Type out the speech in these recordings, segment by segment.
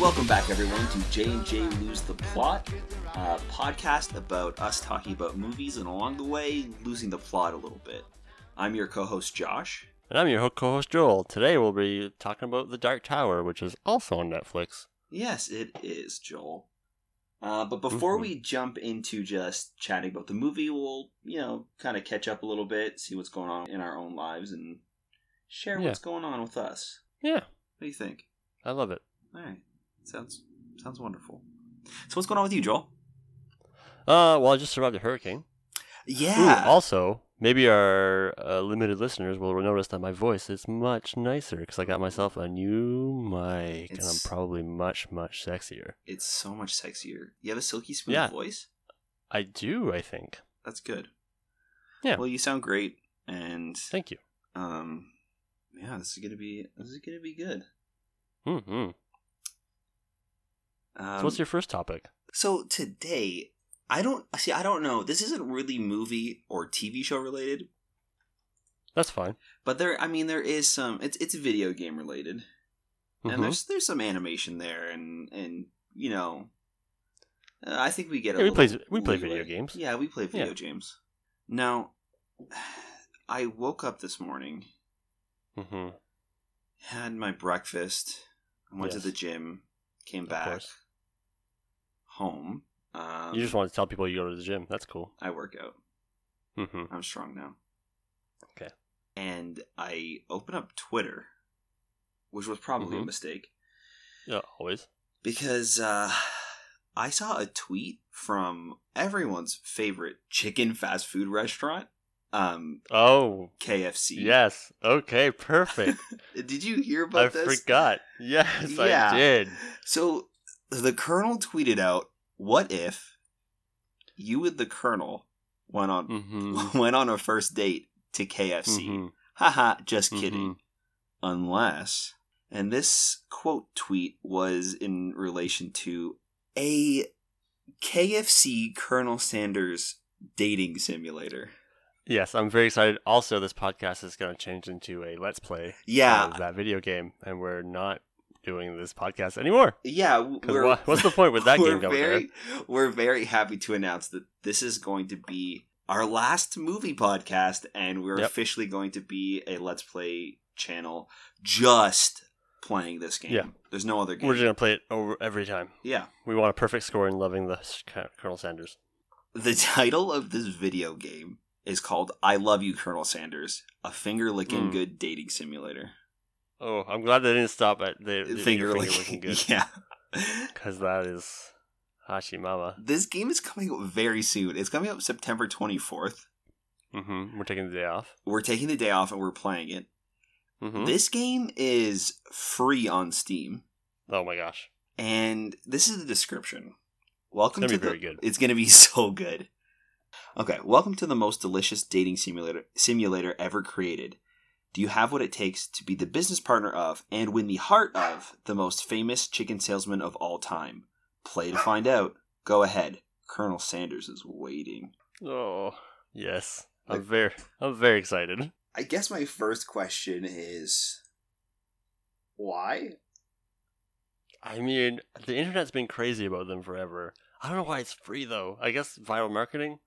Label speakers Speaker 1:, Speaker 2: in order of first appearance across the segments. Speaker 1: Welcome back, everyone, to J and J Lose the Plot uh, podcast about us talking about movies and along the way losing the plot a little bit. I'm your co-host Josh.
Speaker 2: And I'm your co host Joel. Today we'll be talking about The Dark Tower, which is also on Netflix.
Speaker 1: Yes, it is Joel. Uh, but before
Speaker 2: Mhm.
Speaker 1: we jump into just chatting about the movie, we'll you know kind of catch up a little bit, see what's going on in our own lives, and share
Speaker 2: Yeah.
Speaker 1: what's going on with us.
Speaker 2: Yeah,
Speaker 1: What do you think?
Speaker 2: I love it.
Speaker 1: All right, sounds sounds wonderful. So what's going on with you, Joel?
Speaker 2: Uh, well, I just survived a hurricane. Ooh,
Speaker 1: Yeah.
Speaker 2: also, maybe our uh, limited listeners will notice that my voice is much nicer because I got myself a new mic and I'm
Speaker 1: It's-
Speaker 2: probably much, much sexier.
Speaker 1: It's so much sexier. You have a silky smooth
Speaker 2: Yeah.
Speaker 1: voice.
Speaker 2: I do, I think.
Speaker 1: That's good.
Speaker 2: Yeah.
Speaker 1: Well, you sound great, and
Speaker 2: Thank you.
Speaker 1: um, yeah, this is gonna be this is gonna be good.
Speaker 2: Mm-hmm.
Speaker 1: Um,
Speaker 2: so, what's your first topic?
Speaker 1: so today? I don't see. I don't know. This isn't really movie or TV show related,
Speaker 2: That's fine.
Speaker 1: but there. I mean, there is some. It's it's video game related,
Speaker 2: Mhm.
Speaker 1: and there's there's some animation there, and and you know, uh, I think we get. A
Speaker 2: Yeah, we
Speaker 1: little
Speaker 2: play- we play
Speaker 1: leeway.
Speaker 2: video games.
Speaker 1: Yeah, we play video
Speaker 2: Yeah.
Speaker 1: games. Now, I woke up this morning
Speaker 2: Mhm.
Speaker 1: had my breakfast, went
Speaker 2: Yes.
Speaker 1: to the gym, came
Speaker 2: Of
Speaker 1: back
Speaker 2: course.
Speaker 1: home. Um,
Speaker 2: you just want to tell people you go to the gym. That's cool.
Speaker 1: I work out.
Speaker 2: Mm-hmm.
Speaker 1: I'm strong now.
Speaker 2: Okay.
Speaker 1: And I open up Twitter, which was probably a
Speaker 2: Mhm.
Speaker 1: mistake
Speaker 2: Yeah, always.
Speaker 1: because uh, I saw a tweet from everyone's favorite chicken fast food restaurant, um,
Speaker 2: Oh,
Speaker 1: KFC.
Speaker 2: Yes. Okay. Perfect.
Speaker 1: Did you hear about
Speaker 2: I
Speaker 1: this?
Speaker 2: forgot. Yes,
Speaker 1: Yeah.
Speaker 2: I did.
Speaker 1: So the colonel tweeted out, "What if you and the colonel went on
Speaker 2: Mm-hmm.
Speaker 1: went on a first date to KFC?" Haha, just
Speaker 2: Mm-hmm.
Speaker 1: kidding. Unless, and this quote tweet was in relation to a KFC Colonel Sanders dating simulator.
Speaker 2: Yes, I'm very excited. Also, this podcast is going to change into a let's play
Speaker 1: Yeah,
Speaker 2: of that video game, and we're not doing this podcast anymore.
Speaker 1: yeah.
Speaker 2: 'Cause
Speaker 1: We're,
Speaker 2: wha- what's the point with that game
Speaker 1: we're
Speaker 2: going
Speaker 1: very, we're very happy to announce that this is going to be our last movie podcast, and we're
Speaker 2: Yep.
Speaker 1: officially going to be a Let's Play channel just playing this game.
Speaker 2: Yeah.
Speaker 1: There's no other game.
Speaker 2: We're just going to play it over every time.
Speaker 1: yeah.
Speaker 2: We want a perfect score in loving the S- Colonel Sanders.
Speaker 1: The title of this video game is called I Love You, Colonel Sanders, a finger licking
Speaker 2: Mm.
Speaker 1: good dating simulator.
Speaker 2: Oh, I'm glad they didn't stop at the, the
Speaker 1: finger licking.
Speaker 2: looking good
Speaker 1: Yeah.
Speaker 2: because that is Hashimama.
Speaker 1: This game is coming out very soon. It's coming out September 24th.
Speaker 2: Mm-hmm. We're taking the day off.
Speaker 1: We're taking the day off and we're playing it.
Speaker 2: Mm-hmm.
Speaker 1: This game is free on Steam,
Speaker 2: oh my gosh.
Speaker 1: and this is the description. Welcome
Speaker 2: It's
Speaker 1: to
Speaker 2: gonna be
Speaker 1: the-
Speaker 2: very good.
Speaker 1: It's going to be so good. Okay, welcome to the most delicious dating simulator simulator ever created. Do you have what it takes to be the business partner of and win the heart of the most famous chicken salesman of all time? Play to find out. Go ahead. Colonel Sanders is waiting.
Speaker 2: Oh yes, I'm
Speaker 1: Like-
Speaker 2: very, I'm very excited.
Speaker 1: I guess my first question is why?
Speaker 2: I mean, the internet's been crazy about them forever. I don't know why it's free though. I guess viral marketing.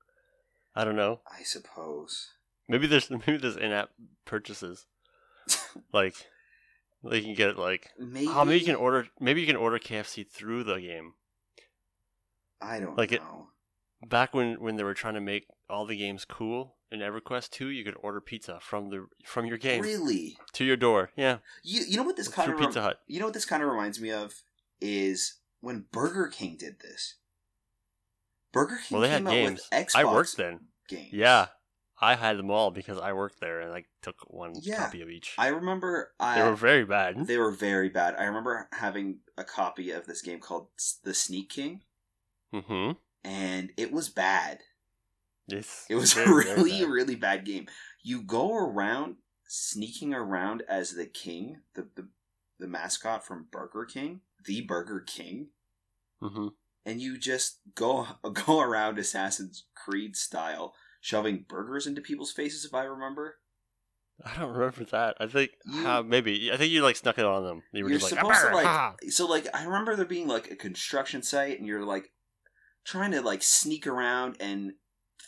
Speaker 2: I don't know.
Speaker 1: I suppose.
Speaker 2: Maybe there's maybe there's in-app purchases. Like, they can get like.
Speaker 1: Maybe,
Speaker 2: Oh, maybe you can order. Maybe you can order KFC through the game.
Speaker 1: I don't
Speaker 2: like it-
Speaker 1: know.
Speaker 2: Back when when they were trying to make all the games cool in EverQuest 2, you could order pizza from the from your game
Speaker 1: Really?
Speaker 2: to your door. Yeah,
Speaker 1: You you know what this kind
Speaker 2: through
Speaker 1: of
Speaker 2: Pizza Hut.
Speaker 1: you know what this kind of reminds me of is when Burger King did this. Burger King
Speaker 2: Well, they had
Speaker 1: came out
Speaker 2: games.
Speaker 1: with Xbox
Speaker 2: I worked then.
Speaker 1: games.
Speaker 2: Yeah, I had them all because I worked there and I took one
Speaker 1: Yeah,
Speaker 2: copy of each.
Speaker 1: I remember I
Speaker 2: they were hmm? very bad.
Speaker 1: they were very bad. I remember having a copy of this game called S- The Sneak King,
Speaker 2: mm-hmm.
Speaker 1: and it was bad.
Speaker 2: Yes.
Speaker 1: It was a
Speaker 2: very, very
Speaker 1: really,
Speaker 2: bad.
Speaker 1: really bad game. You go around sneaking around as the king, the, the the mascot from Burger King, the Burger King,
Speaker 2: Mhm.
Speaker 1: and you just go go around Assassin's Creed style, shoving burgers into people's faces. If I remember,
Speaker 2: I don't remember that. I think uh, maybe I think you like snuck it on them. You were
Speaker 1: You're
Speaker 2: just like,
Speaker 1: supposed to,
Speaker 2: "Arr,
Speaker 1: like-
Speaker 2: ha."
Speaker 1: So like I remember there being like a construction site and you're like trying to like sneak around and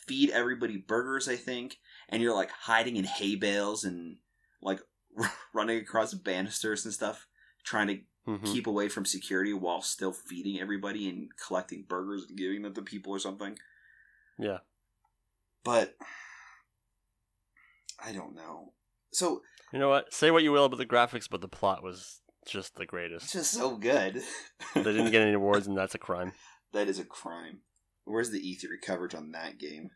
Speaker 1: feed everybody burgers, I think, and you're like hiding in hay bales and like running across banisters and stuff trying to
Speaker 2: Mhm.
Speaker 1: keep away from security while still feeding everybody and collecting burgers and giving them to people or something.
Speaker 2: Yeah.
Speaker 1: But I don't know. So
Speaker 2: You know what? Say what you will about the graphics, but the plot was just the
Speaker 1: it's
Speaker 2: greatest.
Speaker 1: just so good.
Speaker 2: they didn't get any awards, and that's a crime.
Speaker 1: that is a crime. Where's the E3 coverage on that game?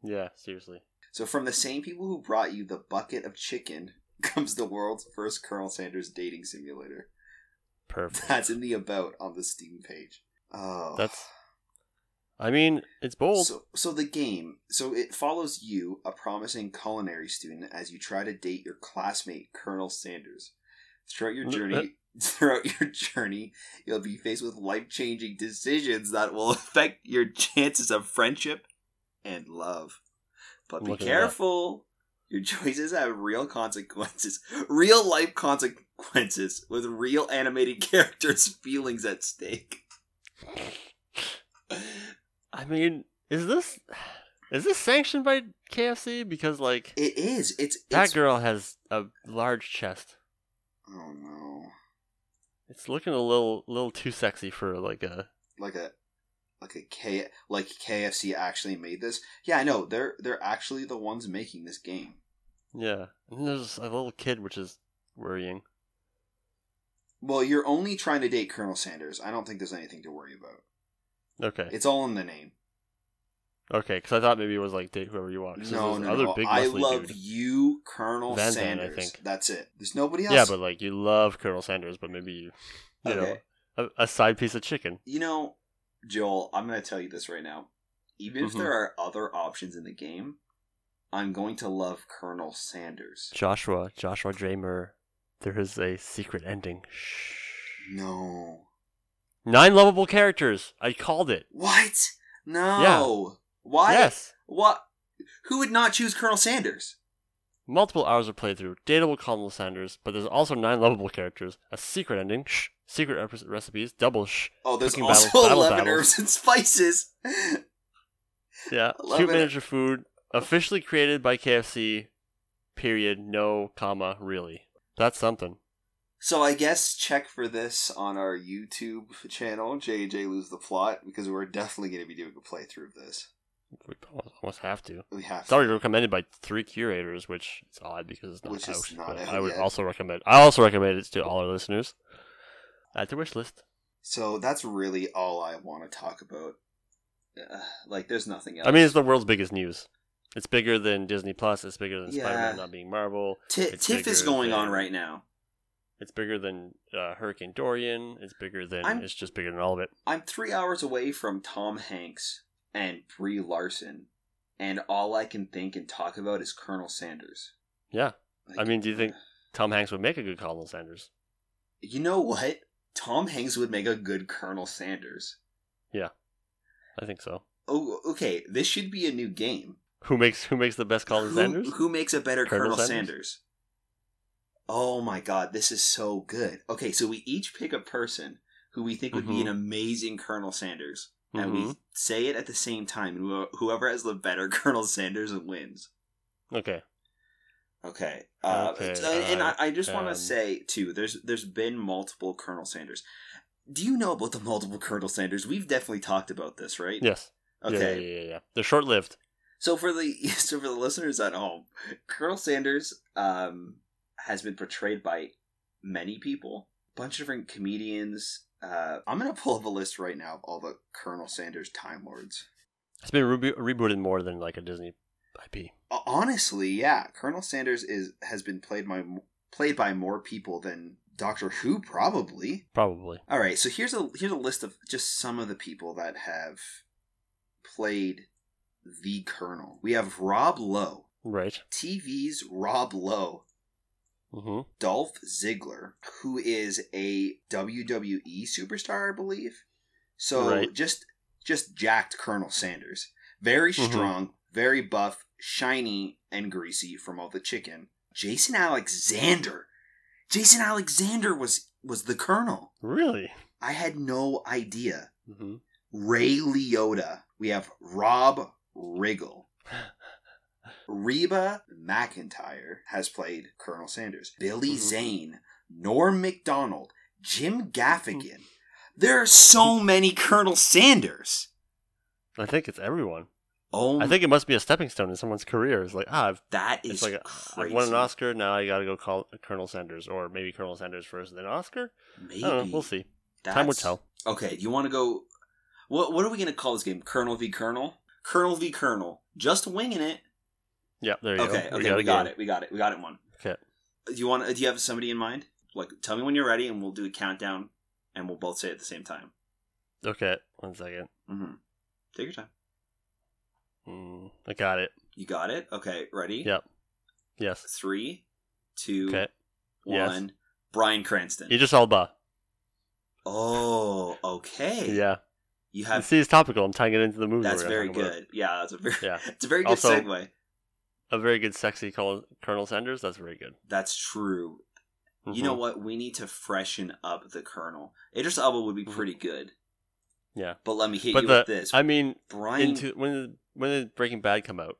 Speaker 2: Yeah, seriously.
Speaker 1: So from the same people who brought you the bucket of chicken comes the world's first Colonel Sanders dating simulator.
Speaker 2: Perfect.
Speaker 1: That's in the about on the Steam page. Oh.
Speaker 2: That's. I mean, it's bold.
Speaker 1: So, so the game, so it follows you, a promising culinary student, as you try to date your classmate Colonel Sanders. Throughout your journey, throughout your journey, you'll be faced with life-changing decisions that will affect your chances of friendship and love. But be
Speaker 2: Look at that.
Speaker 1: careful. Your choices have real consequences, real life consequences, with real animated characters' feelings at stake.
Speaker 2: I mean, is this is this sanctioned by KFC? Because like
Speaker 1: It is. It's,
Speaker 2: that
Speaker 1: it's
Speaker 2: girl has a large chest.
Speaker 1: Oh no.
Speaker 2: It's looking a little little too sexy for like a.
Speaker 1: like a like a K like KFC actually made this. Yeah, I know. They're they're actually the ones making this game.
Speaker 2: Yeah, and then there's a little kid, which is worrying.
Speaker 1: Well, you're only trying to date Colonel Sanders. I don't think there's anything to worry about.
Speaker 2: Okay,
Speaker 1: It's all in the name.
Speaker 2: okay, because I thought maybe it was like date whoever you want. Oh, 'cause
Speaker 1: no,
Speaker 2: there's
Speaker 1: no,
Speaker 2: this other
Speaker 1: no.
Speaker 2: big
Speaker 1: I
Speaker 2: muscly
Speaker 1: love
Speaker 2: dude.
Speaker 1: you, Colonel
Speaker 2: Van Zandt, I
Speaker 1: Sanders.
Speaker 2: think.
Speaker 1: That's it. There's nobody else.
Speaker 2: Yeah, but like you love Colonel Sanders, but maybe you, you
Speaker 1: Okay.
Speaker 2: know, a, a side piece of chicken.
Speaker 1: You know, Joel, I'm going to tell you this right now. Even if
Speaker 2: Mhm.
Speaker 1: there are other options in the game, I'm going to love Colonel Sanders.
Speaker 2: Joshua, Joshua Dramer, there is a secret ending. Shh.
Speaker 1: No.
Speaker 2: Nine lovable characters. I called it.
Speaker 1: What? No. Why?
Speaker 2: Yes.
Speaker 1: What? Who would not choose Colonel Sanders?
Speaker 2: Multiple hours of playthrough, dateable Colonel Sanders, but there's also nine lovable characters, a secret ending, shh, secret rep- recipes, double shh,
Speaker 1: Oh, there's
Speaker 2: Cooking
Speaker 1: also
Speaker 2: battles, battle
Speaker 1: eleven
Speaker 2: battles.
Speaker 1: herbs and spices.
Speaker 2: yeah,
Speaker 1: I love
Speaker 2: cute
Speaker 1: it.
Speaker 2: manager food, officially created by KFC, period, no comma, really. That's something.
Speaker 1: So I guess check for this on our YouTube channel, JJ Lose the Plot, because we're definitely going to be doing a playthrough of this.
Speaker 2: We almost have to.
Speaker 1: We have
Speaker 2: It's already recommended by three curators, which is odd because it's not
Speaker 1: Which
Speaker 2: out.
Speaker 1: is not
Speaker 2: but
Speaker 1: out
Speaker 2: I would
Speaker 1: yet.
Speaker 2: also recommend. I also recommend it to all our listeners. Add to wish list.
Speaker 1: So that's really all I want to talk about. Uh, like, there's nothing else.
Speaker 2: I mean, it's the world's biggest news. It's bigger than Disney Plus. It's bigger than
Speaker 1: Yeah.
Speaker 2: Spider-Man not being Marvel.
Speaker 1: Ti
Speaker 2: it's
Speaker 1: TIFF is
Speaker 2: bigger
Speaker 1: going on
Speaker 2: than-
Speaker 1: right now.
Speaker 2: It's bigger than uh, Hurricane Dorian. It's bigger than.
Speaker 1: I'm-
Speaker 2: It's just bigger than all of it.
Speaker 1: I'm three hours away from Tom Hanks and Brie Larson, and all I can think and talk about is Colonel Sanders.
Speaker 2: Yeah.
Speaker 1: Like,
Speaker 2: I mean, do you think Tom Hanks would make a good Colonel Sanders?
Speaker 1: You know what? Tom Hanks would make a good Colonel Sanders.
Speaker 2: I think so.
Speaker 1: Oh, okay. This should be a new game.
Speaker 2: Who makes Who makes the best Colonel
Speaker 1: who,
Speaker 2: Sanders?
Speaker 1: who makes a better Colonel,
Speaker 2: Colonel
Speaker 1: Sanders?
Speaker 2: Sanders?
Speaker 1: Oh my god, this is so good. Okay, so we each pick a person who we think would be
Speaker 2: Mhm.
Speaker 1: an amazing Colonel Sanders, and
Speaker 2: Mhm.
Speaker 1: we say it at the same time, and who- whoever has the better Colonel Sanders wins.
Speaker 2: Mm-hmm. Okay.
Speaker 1: Okay. Uh,
Speaker 2: Okay,
Speaker 1: t- and I,
Speaker 2: alright,
Speaker 1: I just want to
Speaker 2: um,
Speaker 1: say too, there's there's been multiple Colonel Sanders. Do you know about the multiple Colonel Sanders? We've definitely talked about this, right?
Speaker 2: Yes. Yeah,
Speaker 1: Okay.
Speaker 2: Yeah, yeah, yeah, yeah. They're short lived.
Speaker 1: So for the so for the listeners at home, Colonel Sanders um, has been portrayed by many people, a bunch of different comedians. Uh, I'm gonna pull up a list right now of all the Colonel Sanders Time Lords.
Speaker 2: It's been rebo- rebooted more than like a Disney IP.
Speaker 1: Ho- Uh, Honestly, yeah, Colonel Sanders is has been played by m- played by more people than Doctor Who, probably.
Speaker 2: Probably.
Speaker 1: All right, so here's a here's a list of just some of the people that have played the Colonel. We have Rob Lowe,
Speaker 2: Right.
Speaker 1: TV's Rob Lowe,
Speaker 2: hmm
Speaker 1: Dolph Ziggler, who is a WWE superstar, I believe. So
Speaker 2: Right.
Speaker 1: just just jacked Colonel Sanders, very
Speaker 2: Mhm.
Speaker 1: strong, very buff, shiny, and greasy from all the chicken. Jason Alexander. Jason Alexander was was the colonel.
Speaker 2: Really?
Speaker 1: I had no idea.
Speaker 2: Mm-hmm.
Speaker 1: Ray Liotta. We have Rob Riggle. Reba McIntyre has played Colonel Sanders. Billy
Speaker 2: Mhm.
Speaker 1: Zane, Norm McDonald, Jim Gaffigan.
Speaker 2: Mm-hmm.
Speaker 1: There are so many Colonel Sanders.
Speaker 2: I think it's everyone.
Speaker 1: Oh,
Speaker 2: I think it must be a stepping stone in someone's career. It's like, ah, I've,
Speaker 1: that is
Speaker 2: it's like, a, I
Speaker 1: crazy.
Speaker 2: won an Oscar, now I gotta go call Colonel Sanders, or maybe Colonel Sanders first, then Oscar?
Speaker 1: Maybe
Speaker 2: I don't know, we'll see. Time will
Speaker 1: That's-
Speaker 2: tell.
Speaker 1: Okay, do you want to go? What What are we going to call this game? Colonel v Colonel. Colonel v Colonel. Just winging it.
Speaker 2: Yeah, there you
Speaker 1: Okay,
Speaker 2: go.
Speaker 1: okay, we got
Speaker 2: again.
Speaker 1: it. We got it. We got it. One.
Speaker 2: Okay.
Speaker 1: Do you want? Do you have somebody in mind? Like, tell me when you're ready, and we'll do a countdown, and we'll both say it at the same time.
Speaker 2: Okay, one second.
Speaker 1: Mm-hmm. Take your time.
Speaker 2: Mm, I got it.
Speaker 1: You got it. Okay, ready?
Speaker 2: Yep. Yes.
Speaker 1: Three, two, one.
Speaker 2: Okay. Yes.
Speaker 1: Brian Cranston.
Speaker 2: Idris Elba.
Speaker 1: oh, okay.
Speaker 2: Yeah.
Speaker 1: You
Speaker 2: You
Speaker 1: have.
Speaker 2: see, it's topical. I'm tying it into the movie.
Speaker 1: That's
Speaker 2: we're
Speaker 1: very
Speaker 2: talking about.
Speaker 1: good. Yeah, that's a very.
Speaker 2: Yeah.
Speaker 1: It's a very good
Speaker 2: Also-
Speaker 1: segue.
Speaker 2: A very good, sexy Col- Colonel Sanders. That's very good.
Speaker 1: That's true. You know
Speaker 2: Mhm.
Speaker 1: what? We need to freshen up the Colonel. Idris Elba would be
Speaker 2: Mhm.
Speaker 1: pretty good.
Speaker 2: Yeah.
Speaker 1: But let me hit
Speaker 2: But
Speaker 1: you
Speaker 2: the-
Speaker 1: with this.
Speaker 2: I mean,
Speaker 1: Brian.
Speaker 2: into when did, when did Breaking Bad come out?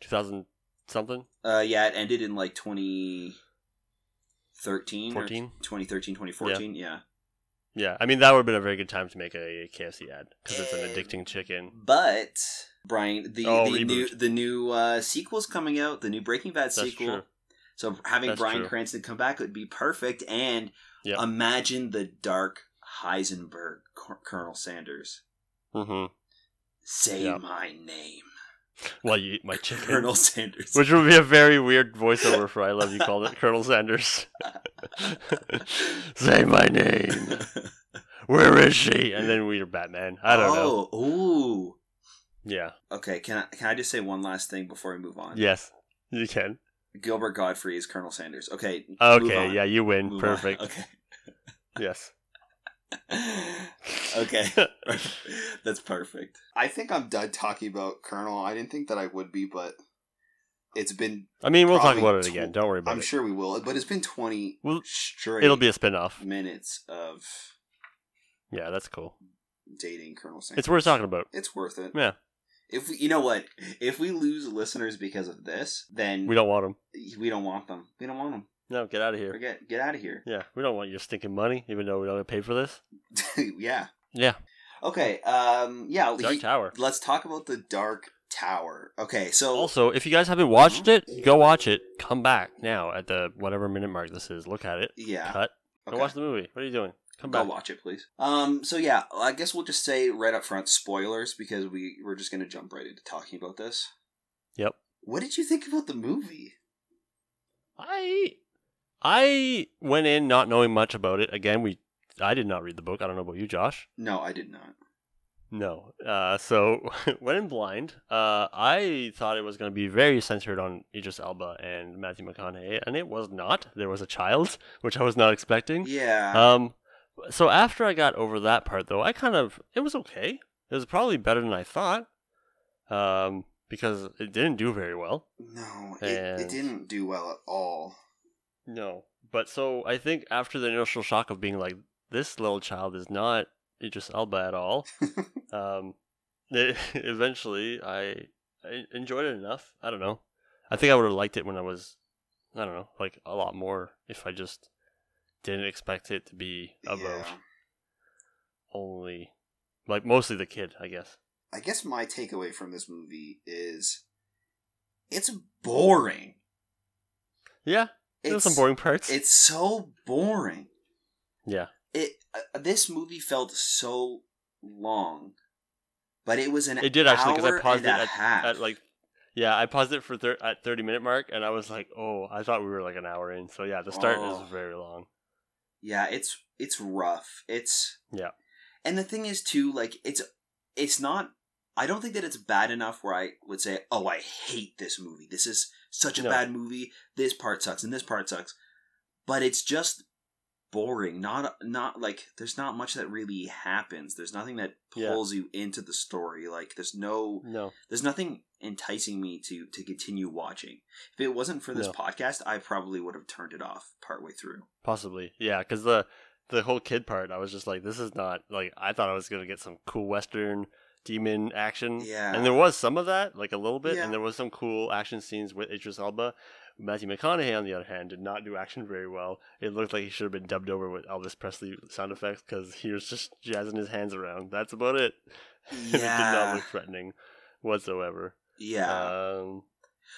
Speaker 2: 2000 something?
Speaker 1: uh, yeah, it ended in like 2013. or
Speaker 2: 14?
Speaker 1: 2013, 2014. Yeah.
Speaker 2: Yeah. I mean, that would have been a very good time to make a KFC ad because it's an
Speaker 1: Eh,
Speaker 2: addicting chicken.
Speaker 1: But Brian, the,
Speaker 2: Oh,
Speaker 1: the
Speaker 2: reboot.
Speaker 1: new the new uh, sequel's coming out. The new Breaking Bad
Speaker 2: That's
Speaker 1: sequel.
Speaker 2: true.
Speaker 1: So having
Speaker 2: That's
Speaker 1: Brian
Speaker 2: true.
Speaker 1: Cranston come back would be perfect. And
Speaker 2: Yep.
Speaker 1: imagine the dark Heisenberg Cor- Colonel Sanders.
Speaker 2: hmm
Speaker 1: Say
Speaker 2: Yep.
Speaker 1: my name,
Speaker 2: While you eat my chicken.
Speaker 1: Colonel Sanders.
Speaker 2: Which would be a very weird voiceover for I Love You called it Colonel Sanders. Say my name. Where is she? And then we're Batman. I don't know.
Speaker 1: oh, ooh.
Speaker 2: Yeah.
Speaker 1: Okay, can I can I just say one last thing before we move on?
Speaker 2: Yes. You can.
Speaker 1: Gilbert Godfrey is Colonel Sanders. Okay. move
Speaker 2: Okay.
Speaker 1: on.
Speaker 2: Yeah, you win.
Speaker 1: Move on.
Speaker 2: Perfect. Yes.
Speaker 1: Okay. okay. That's perfect. I think I'm done talking about Colonel. I didn't think that I would be, but it's been.
Speaker 2: I mean, we'll
Speaker 1: Probably
Speaker 2: talk about it
Speaker 1: tw-
Speaker 2: again. Don't worry about
Speaker 1: I'm
Speaker 2: it.
Speaker 1: sure we will, but it's been 20
Speaker 2: Well,
Speaker 1: straight.
Speaker 2: It'll be a spin off.
Speaker 1: minutes of
Speaker 2: Yeah, that's cool.
Speaker 1: dating Colonel Sanders.
Speaker 2: It's worth talking about.
Speaker 1: It's worth it.
Speaker 2: Yeah.
Speaker 1: If we, you know what, if we lose listeners because of this, then
Speaker 2: We don't want them.
Speaker 1: we don't want them. We don't want them.
Speaker 2: No, get out of here.
Speaker 1: Forget. Get out of here.
Speaker 2: Yeah, we don't want your stinking money, even though we don't get paid for this.
Speaker 1: yeah.
Speaker 2: Yeah,
Speaker 1: Okay. Um. Yeah.
Speaker 2: Dark
Speaker 1: he-
Speaker 2: Tower.
Speaker 1: Let's talk about the Dark Tower. Okay. So
Speaker 2: Also, if you guys haven't watched it, go watch it. Come back now at the whatever minute mark this is. Look at it.
Speaker 1: yeah.
Speaker 2: Cut.
Speaker 1: Okay.
Speaker 2: Go watch the movie. What are you doing? Come
Speaker 1: Go
Speaker 2: back.
Speaker 1: watch it, please. Um. So yeah, I guess we'll just say right up front spoilers because we we're just gonna jump right into talking about this.
Speaker 2: Yep.
Speaker 1: What did you think about the movie?
Speaker 2: I I went in not knowing much about it. Again, we I did not read the book. I don't know about you, Josh.
Speaker 1: No, I did not.
Speaker 2: No. Uh, so when in blind, uh, I thought it was going to be very centered on Idris Elba and Matthew McConaughey, and it was not. There was a child, which I was not expecting.
Speaker 1: Yeah.
Speaker 2: Um, so after I got over that part, though, I kind of it was okay. It was probably better than I thought, um, because it didn't do very well.
Speaker 1: no, it, it
Speaker 2: and-
Speaker 1: didn't do well at all.
Speaker 2: No, but so I think after the initial shock of being like, this little child is not Idris Elba at all. um, it- eventually, I, I enjoyed it enough. I don't know. I think I would have liked it when I was, I don't know, like a lot more if I just didn't expect it to be about
Speaker 1: Yeah.
Speaker 2: only, like mostly the kid, I guess.
Speaker 1: I guess my takeaway from this movie is it's boring.
Speaker 2: Yeah,
Speaker 1: It's
Speaker 2: there's some boring parts.
Speaker 1: It's so boring.
Speaker 2: yeah,
Speaker 1: It uh, this movie felt so long, but it was an
Speaker 2: it did actually because
Speaker 1: hour
Speaker 2: I paused it
Speaker 1: and a
Speaker 2: at,
Speaker 1: half.
Speaker 2: at like yeah i paused it for thir- at 30 minute mark and i was like oh i thought we were like an hour in so yeah the start
Speaker 1: Oh.
Speaker 2: is very long
Speaker 1: yeah, it's it's rough. It's
Speaker 2: Yeah.
Speaker 1: and the thing is too, like it's it's not. I don't think that it's bad enough where I would say, "Oh, I hate this movie. This is such a
Speaker 2: No.
Speaker 1: bad movie. This part sucks and this part sucks." But it's just boring. Not not like there's not much that really happens. There's nothing that
Speaker 2: Yeah.
Speaker 1: pulls you into the story. Like there's no
Speaker 2: no
Speaker 1: there's nothing enticing me to to continue watching. If it wasn't for this
Speaker 2: No.
Speaker 1: podcast, I probably would have turned it off partway through.
Speaker 2: Possibly, yeah, because the the whole kid part, I was just like, this is not like I thought I was gonna get some cool western demon action,
Speaker 1: Yeah.
Speaker 2: and there was some of that, like a little bit,
Speaker 1: Yeah.
Speaker 2: and there was some cool action scenes with Idris Elba. Matthew McConaughey, on the other hand, did not do action very well. It looked like he should have been dubbed over with Elvis Presley sound effects because he was just jazzing his hands around. That's about it. it did
Speaker 1: Yeah.
Speaker 2: not look threatening whatsoever.
Speaker 1: Yeah.
Speaker 2: Um,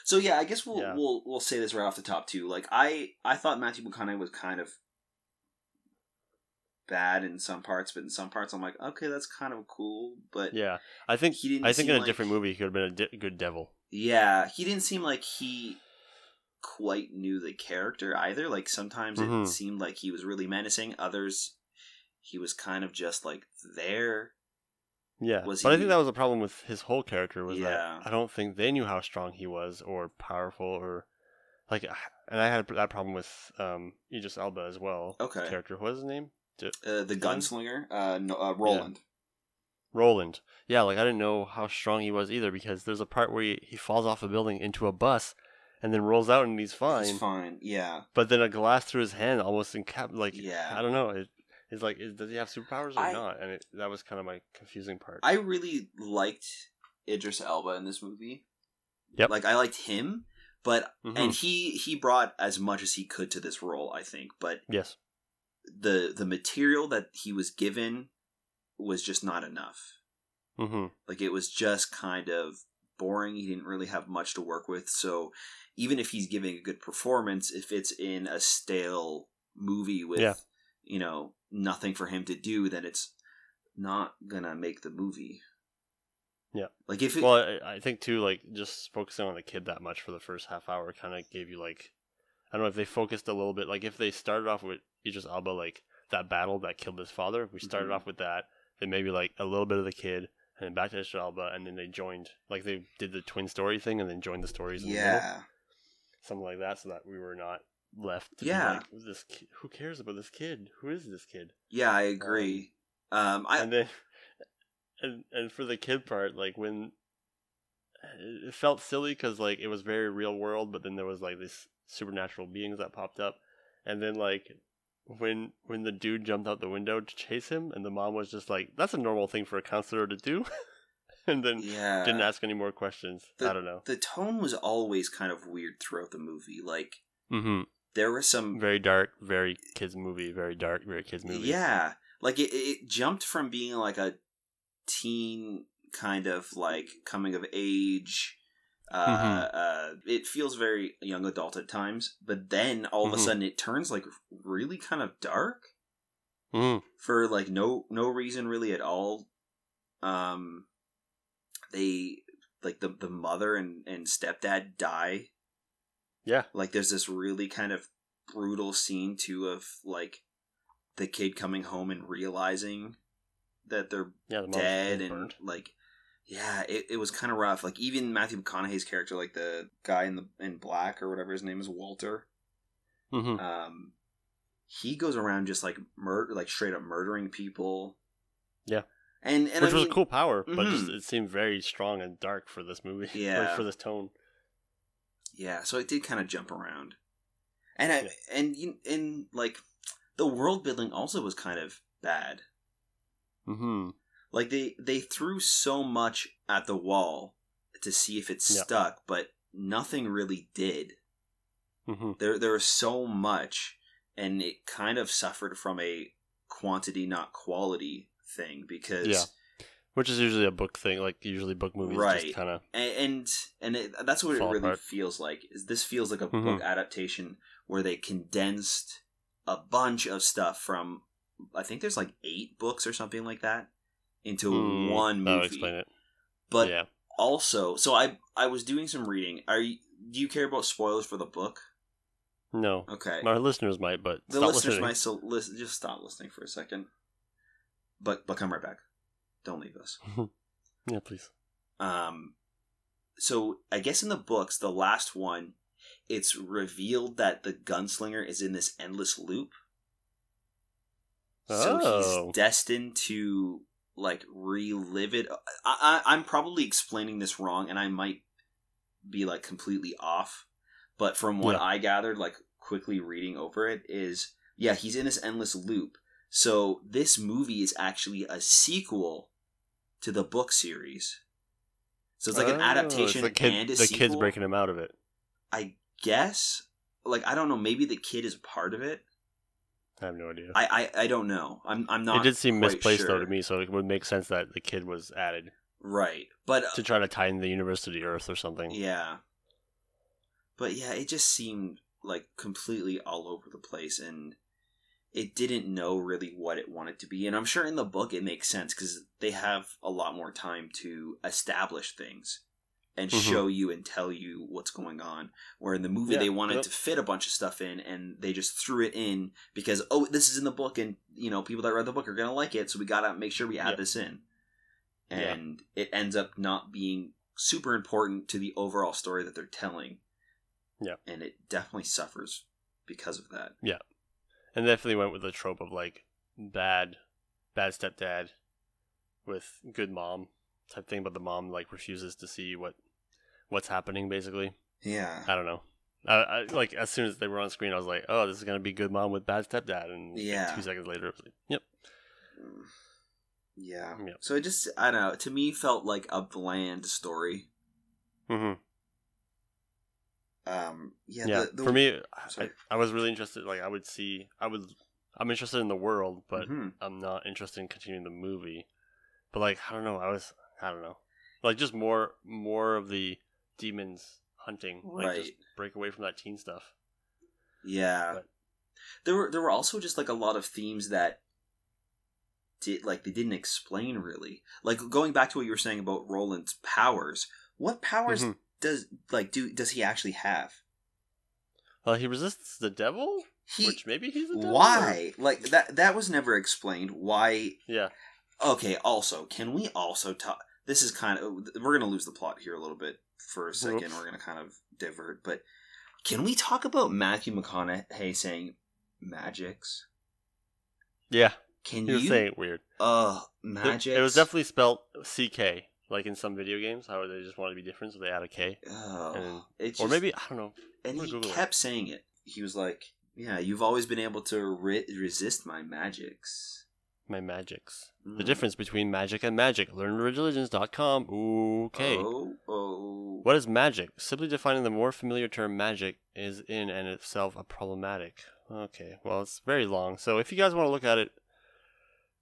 Speaker 1: So yeah, I guess we'll
Speaker 2: Yeah.
Speaker 1: we'll we'll say this right off the top too. Like I I thought Matthew McConaughey was kind of bad in some parts, but in some parts I'm like, okay, that's kind of cool, but
Speaker 2: yeah, I think
Speaker 1: He didn't
Speaker 2: I think
Speaker 1: seem
Speaker 2: in a
Speaker 1: like-
Speaker 2: different movie he could have been a di- good devil.
Speaker 1: yeah, he didn't seem like he quite knew the character either. Like sometimes
Speaker 2: Mhm.
Speaker 1: it seemed like he was really menacing, others he was kind of just like there.
Speaker 2: Yeah,
Speaker 1: Was
Speaker 2: but I
Speaker 1: he-
Speaker 2: think that was a problem with his whole character was
Speaker 1: Yeah.
Speaker 2: that I don't think they knew how strong he was or powerful or like, and I had that problem with um Idris Elba as well. His
Speaker 1: Okay.
Speaker 2: character, what was his name?
Speaker 1: Uh, the gunslinger, uh, no, uh Roland.
Speaker 2: Roland. Yeah, like I didn't know how strong he was either because there's a part where he, he falls off a building into a bus and then rolls out and he's fine,
Speaker 1: He's fine. Yeah.
Speaker 2: but then a glass through his hand almost encap like
Speaker 1: Yeah.
Speaker 2: I don't know it. It's like, is, does he have superpowers or
Speaker 1: I-
Speaker 2: not? And it, that was kind of my confusing part.
Speaker 1: I really liked Idris Elba in this movie.
Speaker 2: Yep.
Speaker 1: Like I liked him, but
Speaker 2: Mhm.
Speaker 1: and he he brought as much as he could to this role, I think, but
Speaker 2: yes.
Speaker 1: the the material that he was given was just not enough.
Speaker 2: Mm-hmm.
Speaker 1: Like it was just kind of boring. He didn't really have much to work with, so even if he's giving a good performance, if it's in a stale movie with
Speaker 2: Yeah.
Speaker 1: you know, nothing for him to do, then it's not gonna make the movie.
Speaker 2: Yeah.
Speaker 1: Like if it,
Speaker 2: well I, I think too like just focusing on the kid that much for the first half hour kind of gave you like i don't know if they focused a little bit like if they started off with Idris Alba like that battle that killed his father if we started
Speaker 1: Mhm.
Speaker 2: off with that then maybe like a little bit of the kid and then back to Idris Alba and then they joined like they did the twin story thing and then joined the stories in the middle,
Speaker 1: yeah.
Speaker 2: something like that so that we were not left to
Speaker 1: Yeah.
Speaker 2: yeah like, this ki- who cares about this kid who is this kid
Speaker 1: Yeah, I agree. Um, I
Speaker 2: and then and and for the kid part like when it felt silly because like it was very real world but then there was like these supernatural beings that popped up and then like when when the dude jumped out the window to chase him and the mom was just like that's a normal thing for a counselor to do and then
Speaker 1: yeah,
Speaker 2: didn't ask any more questions i don't know
Speaker 1: the tone was always kind of weird throughout the movie. Like
Speaker 2: mm-hmm.
Speaker 1: there were some,
Speaker 2: very dark very kids movie very dark very kids movie
Speaker 1: yeah, like it, it jumped from being like a teen kind of like coming of age. Uh, uh, it feels very young adult at times, but then all of a
Speaker 2: Mhm.
Speaker 1: sudden it turns like really kind of dark.
Speaker 2: mm.
Speaker 1: for like no no reason really at all um they like the the mother and and stepdad die
Speaker 2: yeah
Speaker 1: like there's this really kind of brutal scene too of like the kid coming home and realizing that they're
Speaker 2: yeah the mom's
Speaker 1: dead and
Speaker 2: burned.
Speaker 1: like yeah it, it was kind of rough like even matthew mcconaughey's character like the guy in the in black or whatever his name is walter
Speaker 2: Mhm.
Speaker 1: um he goes around just like murder like straight up murdering people
Speaker 2: Yeah.
Speaker 1: and and
Speaker 2: which
Speaker 1: I
Speaker 2: was
Speaker 1: mean-
Speaker 2: a cool power, but just,
Speaker 1: Mhm.
Speaker 2: it seemed very strong and dark for this movie. or
Speaker 1: Yeah.
Speaker 2: for this tone.
Speaker 1: yeah so it did kind of jump around and i
Speaker 2: Yeah.
Speaker 1: and you and like the world building also was kind of bad
Speaker 2: Mm-hmm.
Speaker 1: like they they threw so much at the wall to see if it
Speaker 2: Yeah.
Speaker 1: stuck but nothing really did
Speaker 2: Mm-hmm.
Speaker 1: there there was so much and it kind of suffered from a quantity not quality thing because
Speaker 2: Yeah. Which is usually a book thing. Like usually book movies
Speaker 1: Right.
Speaker 2: just uh, kind of
Speaker 1: and and, and it, that's what it
Speaker 2: Fall
Speaker 1: really
Speaker 2: apart.
Speaker 1: feels like. Is this feels like a
Speaker 2: Mhm.
Speaker 1: book adaptation where they condensed a bunch of stuff from I think there's like eight books or something like that into one
Speaker 2: Hmm. That'll
Speaker 1: movie.
Speaker 2: explain it.
Speaker 1: But
Speaker 2: yeah.
Speaker 1: also, so I I was doing some reading. Are you, do you care about spoilers for the book?
Speaker 2: No.
Speaker 1: Okay,
Speaker 2: Our listeners might, but
Speaker 1: the
Speaker 2: stop
Speaker 1: listeners
Speaker 2: listening.
Speaker 1: might so listen. Just stop listening for a second. But but come right back. Don't leave us.
Speaker 2: Yeah, please.
Speaker 1: Um, so I guess in the books, the last one, it's revealed that the gunslinger is in this endless loop. So
Speaker 2: Oh.
Speaker 1: he's destined to like relive it. I, I, I'm probably explaining this wrong, and I might be like completely off. But from what
Speaker 2: Yeah.
Speaker 1: I gathered, like quickly reading over it, is yeah, he's in this endless loop. So this movie is actually a sequel to the book series. So it's like
Speaker 2: Oh,
Speaker 1: an adaptation
Speaker 2: the kid,
Speaker 1: and a
Speaker 2: the
Speaker 1: sequel.
Speaker 2: kid's breaking him out of it.
Speaker 1: I guess. Like I don't know. Maybe the kid is part of it.
Speaker 2: I have no idea.
Speaker 1: I I, I don't know. I'm I'm not.
Speaker 2: it did seem
Speaker 1: quite
Speaker 2: misplaced though
Speaker 1: sure.
Speaker 2: to me, so it would make sense that the kid was added
Speaker 1: Right, but
Speaker 2: to try to tie in the universe to the Earth or something.
Speaker 1: Yeah. But yeah, it just seemed like completely all over the place and it didn't know really what it wanted to be. And I'm sure in the book it makes sense cuz they have a lot more time to establish things and
Speaker 2: Mhm.
Speaker 1: show you and tell you what's going on. Where in the movie
Speaker 2: Yeah,
Speaker 1: they wanted
Speaker 2: yep.
Speaker 1: to fit a bunch of stuff in and they just threw it in because oh, this is in the book and you know, people that read the book are going to like it, so we got to make sure we add
Speaker 2: Yep.
Speaker 1: this in
Speaker 2: Yeah.
Speaker 1: and it ends up not being super important to the overall story that they're telling.
Speaker 2: Yeah.
Speaker 1: And it definitely suffers because of that.
Speaker 2: And definitely went with the trope of like bad, bad stepdad with good mom type thing, but the mom like refuses to see what what's happening. Basically,
Speaker 1: Yeah.
Speaker 2: I don't know. I, I like as soon as they were on screen, I was like, "Oh, this is gonna be good mom with bad stepdad." And like,
Speaker 1: Yeah.
Speaker 2: two seconds later, I was like, "Yep,
Speaker 1: Mm. Yeah.
Speaker 2: Yep.
Speaker 1: So it just, I don't know, to me felt like a bland story.
Speaker 2: mm-hmm.
Speaker 1: Um, yeah.
Speaker 2: yeah."
Speaker 1: the- the-
Speaker 2: For me, I- I,
Speaker 1: sorry.
Speaker 2: I was really interested. Like, I would see, I would, I'm interested in the world, but
Speaker 1: Mhm.
Speaker 2: I'm not interested in continuing the movie. But like I don't know, I was I don't know. Like just more more of the demons hunting. Like just
Speaker 1: Right.
Speaker 2: break away from that teen stuff.
Speaker 1: yeah.
Speaker 2: but-
Speaker 1: There were, there were also just like a lot of themes that did, like, they didn't explain really. Like, going back to what you were saying about Roland's powers, what powers
Speaker 2: Mhm.
Speaker 1: does, like, do, does he actually have?
Speaker 2: Well, Uh, he resists the devil?
Speaker 1: He,
Speaker 2: which maybe he's the devil. or-
Speaker 1: why like that that was never explained why
Speaker 2: Yeah.
Speaker 1: okay also can we also talk this is kind of we're gonna lose the plot here a little bit for a second
Speaker 2: Whoops.
Speaker 1: we're gonna kind of divert but can we talk about matthew mcconaughey saying magics
Speaker 2: Yeah.
Speaker 1: can
Speaker 2: He was
Speaker 1: you
Speaker 2: saying it weird.
Speaker 1: uh
Speaker 2: There-
Speaker 1: magic
Speaker 2: It was definitely spelled C K, like in some video games, how they just want to be different, so they add a K.
Speaker 1: oh,
Speaker 2: and-
Speaker 1: it's
Speaker 2: or
Speaker 1: just-
Speaker 2: maybe I don't know.
Speaker 1: and
Speaker 2: I'm
Speaker 1: he
Speaker 2: gonna Google it.
Speaker 1: kept saying it he was like yeah you've always been able to re- resist my magics
Speaker 2: My magics. The
Speaker 1: Mm.
Speaker 2: difference between magic and magic. LearnReligions.com. Okay.
Speaker 1: oh, oh.
Speaker 2: What is magic? Simply defining the more familiar term magic is in and itself a problematic. Okay, well, it's very long. So if you guys want to look at it,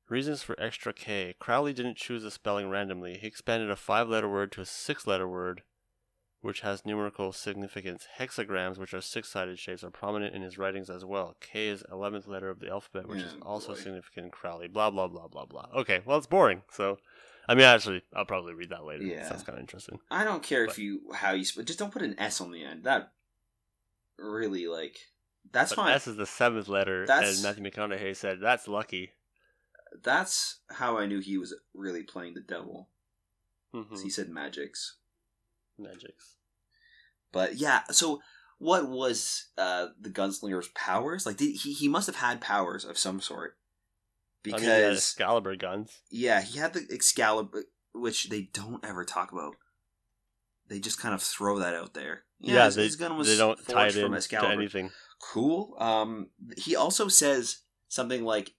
Speaker 2: reasons for extra K. Crowley didn't choose the spelling randomly. He expanded a five letter word to a six letter word, which has numerical significance. Hexagrams, which are six sided shapes, are prominent in his writings as well. K is 11th letter of the alphabet, which is
Speaker 1: Yeah,
Speaker 2: also
Speaker 1: boy.
Speaker 2: significant in Crowley. Blah, blah, blah, blah, blah. Okay, well, it's boring. So, I mean, actually, I'll probably read that later.
Speaker 1: Yeah.
Speaker 2: Sounds kind of interesting.
Speaker 1: I don't care if
Speaker 2: But-
Speaker 1: you how you sp- just don't put an S on the end. That really like that's
Speaker 2: But
Speaker 1: fine.
Speaker 2: S is the seventh letter,
Speaker 1: That's-
Speaker 2: and Matthew McConaughey said that's lucky.
Speaker 1: that's how I knew he was really playing the devil. 'cause
Speaker 2: Hmm.
Speaker 1: He said magics,
Speaker 2: Mm-hmm. Magics.
Speaker 1: but yeah. So what was uh the gunslinger's powers? Like did, he he must have had powers of some sort
Speaker 2: I mean, he had
Speaker 1: because
Speaker 2: Excalibur guns.
Speaker 1: yeah, he had the Excalibur, which they don't ever talk about. They just kind of throw that out there.
Speaker 2: Yeah,
Speaker 1: his,
Speaker 2: they,
Speaker 1: his gun was
Speaker 2: they don't tie
Speaker 1: forged
Speaker 2: it
Speaker 1: from
Speaker 2: in to
Speaker 1: Excalibur.
Speaker 2: anything.
Speaker 1: cool. Um, he also says something like,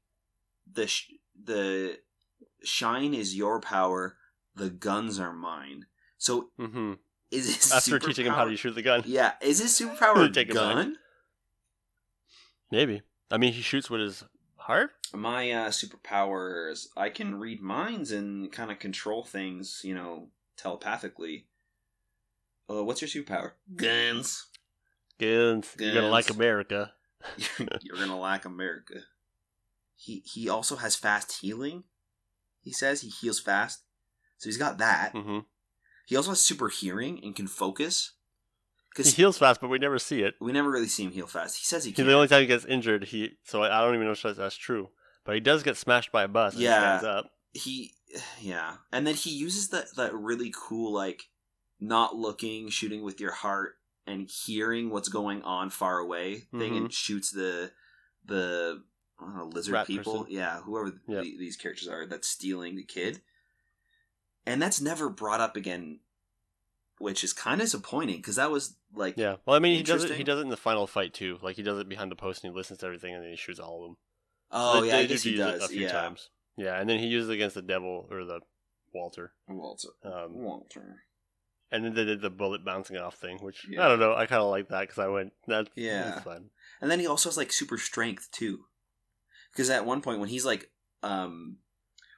Speaker 1: "the sh- the shine is your power, the guns are mine." So
Speaker 2: hmm
Speaker 1: is his
Speaker 2: After teaching him how to
Speaker 1: superpower-
Speaker 2: shoot the gun,
Speaker 1: yeah, is his superpower a
Speaker 2: Take it back.
Speaker 1: gun?
Speaker 2: maybe. I mean, he shoots with his heart.
Speaker 1: My uh, superpower is I can read minds and kind of control things, you know, telepathically. Uh, what's your superpower? Guns.
Speaker 2: Guns. You're gonna
Speaker 1: Guns.
Speaker 2: like America.
Speaker 1: You're gonna like America. He he also has fast healing. He says he heals fast, so he's got that.
Speaker 2: hmm
Speaker 1: He also has super hearing and can focus.
Speaker 2: He
Speaker 1: Because
Speaker 2: heals fast, but we never see it.
Speaker 1: we never really see him heal fast. He says he
Speaker 2: He,
Speaker 1: can.
Speaker 2: the only time he gets injured, he. So I, I don't even know if that's- that's true. But he does get smashed by a bus. And
Speaker 1: Yeah.
Speaker 2: yeah. Stands up.
Speaker 1: he yeah, and then he uses that that really cool like not looking, shooting with your heart, and hearing what's going on far away thing, and shoots the the. I don't know, lizard
Speaker 2: Mm-hmm. Rat
Speaker 1: people,
Speaker 2: person.
Speaker 1: yeah, whoever th-
Speaker 2: Yeah.
Speaker 1: the- these characters are that's stealing the kid, and that's never brought up again which is kind of disappointing because that was like
Speaker 2: Yeah. Well, I mean, he does it. He
Speaker 1: Interesting.
Speaker 2: does it in the final fight too. Like he does it behind the post and he listens to everything and then he shoots all of them.
Speaker 1: oh
Speaker 2: They-
Speaker 1: yeah, I
Speaker 2: they do
Speaker 1: guess he
Speaker 2: use it
Speaker 1: does.
Speaker 2: A few
Speaker 1: yeah,
Speaker 2: times. Yeah, and then he uses it against the devil or the Walter.
Speaker 1: Walter. Mm.
Speaker 2: Um,
Speaker 1: Walter.
Speaker 2: and then they did the bullet bouncing off thing, which
Speaker 1: Yeah.
Speaker 2: I don't know. I kind of like that because I went that.
Speaker 1: Yeah.
Speaker 2: that's fun.
Speaker 1: And then he also has like super strength too, because at one point when he's like, um,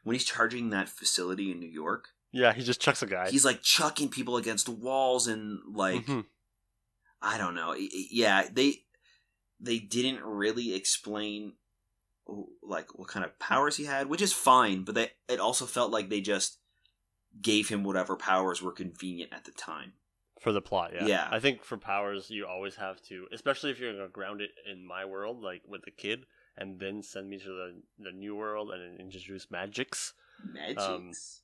Speaker 1: when he's charging that facility in New York,
Speaker 2: Yeah, he just chucks a guy.
Speaker 1: he's like chucking people against walls and like
Speaker 2: Mhm.
Speaker 1: I don't know. Y- y- Yeah, they they didn't really explain w- like what kind of powers he had, which is fine, but they, it also felt like they just gave him whatever powers were convenient at the time.
Speaker 2: for the plot. Yeah.
Speaker 1: Yeah.
Speaker 2: I think for powers, you always have to, especially if you're gonna ground it in my world, like with the kid, and then send me to the the new world and then introduce magics. Magics.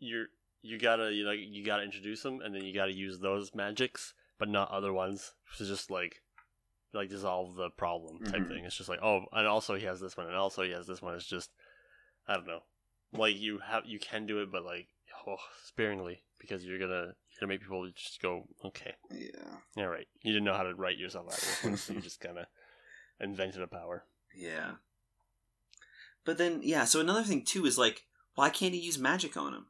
Speaker 2: You're you gotta you like you gotta introduce them, and then you gotta use those magics, but not other ones. So just like like dissolve the problem type
Speaker 1: Mhm.
Speaker 2: thing. It's just like oh, and also he has this one, and also he has this one. It's just I don't know. Like you have you can do it, but like oh, sparingly because you're gonna you're gonna make people just go okay.
Speaker 1: yeah,
Speaker 2: All right, you didn't know how to write yourself out of this one, so you just kind of invented a power.
Speaker 1: yeah. But then, yeah. So another thing too is like, why can't he use magic on him?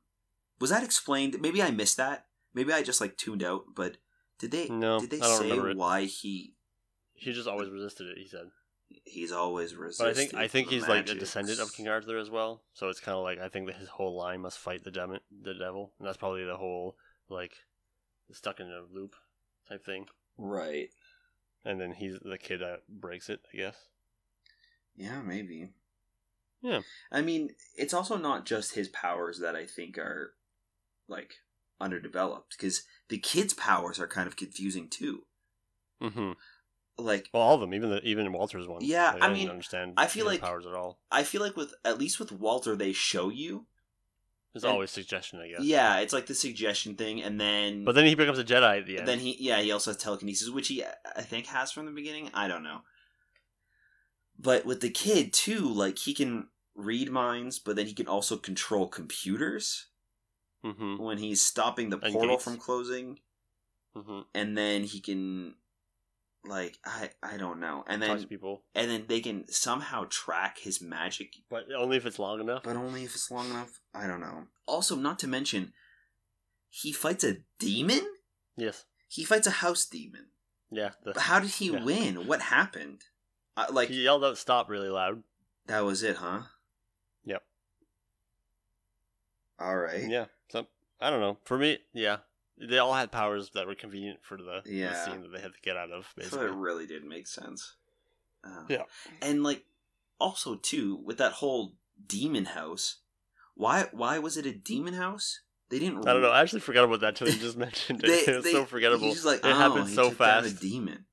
Speaker 1: Was that explained? Maybe I missed that. Maybe I just like tuned out. But did they
Speaker 2: No,
Speaker 1: did they
Speaker 2: I don't
Speaker 1: say
Speaker 2: remember it.
Speaker 1: why he
Speaker 2: He just always resisted it. He said,
Speaker 1: he's always
Speaker 2: but I
Speaker 1: resisted?
Speaker 2: think I think
Speaker 1: the
Speaker 2: he's like a descendant of
Speaker 1: magics?
Speaker 2: King Arthur as well. So it's kind of like I think that his whole line must fight the demon, the devil, and that's probably the whole like stuck in a loop type thing.
Speaker 1: Right.
Speaker 2: And then he's the kid that breaks it, I guess.
Speaker 1: Yeah, maybe.
Speaker 2: Yeah.
Speaker 1: I mean, it's also not just his powers that I think are like underdeveloped because the kid's powers are kind of confusing too.
Speaker 2: Mm-hmm.
Speaker 1: Like
Speaker 2: Well, all of them, even the even Walter's one.
Speaker 1: Yeah,
Speaker 2: Like,
Speaker 1: I
Speaker 2: don't
Speaker 1: mean,
Speaker 2: understand.
Speaker 1: I feel
Speaker 2: their
Speaker 1: like-
Speaker 2: powers at all.
Speaker 1: I feel like with at least with Walter they show you.
Speaker 2: It's
Speaker 1: and-
Speaker 2: always suggestion, I guess.
Speaker 1: Yeah, it's like the suggestion thing and then
Speaker 2: But then he becomes a Jedi at the end.
Speaker 1: then he yeah, he also has telekinesis which he I think has from the beginning. I don't know. But with the kid too, like he can read minds, but then he can also control computers
Speaker 2: Mm-hmm.
Speaker 1: when he's stopping the
Speaker 2: And
Speaker 1: portal
Speaker 2: gates.
Speaker 1: from closing.
Speaker 2: Mm-hmm.
Speaker 1: and then he can like i i don't know and
Speaker 2: Talks
Speaker 1: then
Speaker 2: to people,
Speaker 1: and then they can somehow track his magic
Speaker 2: but only if it's long enough.
Speaker 1: but only if it's long enough i don't know also not to mention he fights a demon
Speaker 2: Yes.
Speaker 1: he fights a house demon
Speaker 2: Yeah. The,
Speaker 1: But how did he
Speaker 2: Yeah.
Speaker 1: win what happened uh, like
Speaker 2: he yelled out "stop" really loud.
Speaker 1: that was it huh
Speaker 2: Yep.
Speaker 1: all right
Speaker 2: Yeah. So I don't know. For me, yeah, they all had powers that were convenient for the, the
Speaker 1: Yeah.
Speaker 2: scene that they had to get out of.
Speaker 1: so
Speaker 2: Basically.
Speaker 1: it really did make sense Uh,
Speaker 2: Yeah.
Speaker 1: and like also too with that whole demon house why why was it a demon house they didn't
Speaker 2: I don't know. I actually forgot about that till you just mentioned it. it was so forgettable.
Speaker 1: he's just like,
Speaker 2: it
Speaker 1: oh,
Speaker 2: happened
Speaker 1: he
Speaker 2: so
Speaker 1: took down
Speaker 2: fast.
Speaker 1: a demon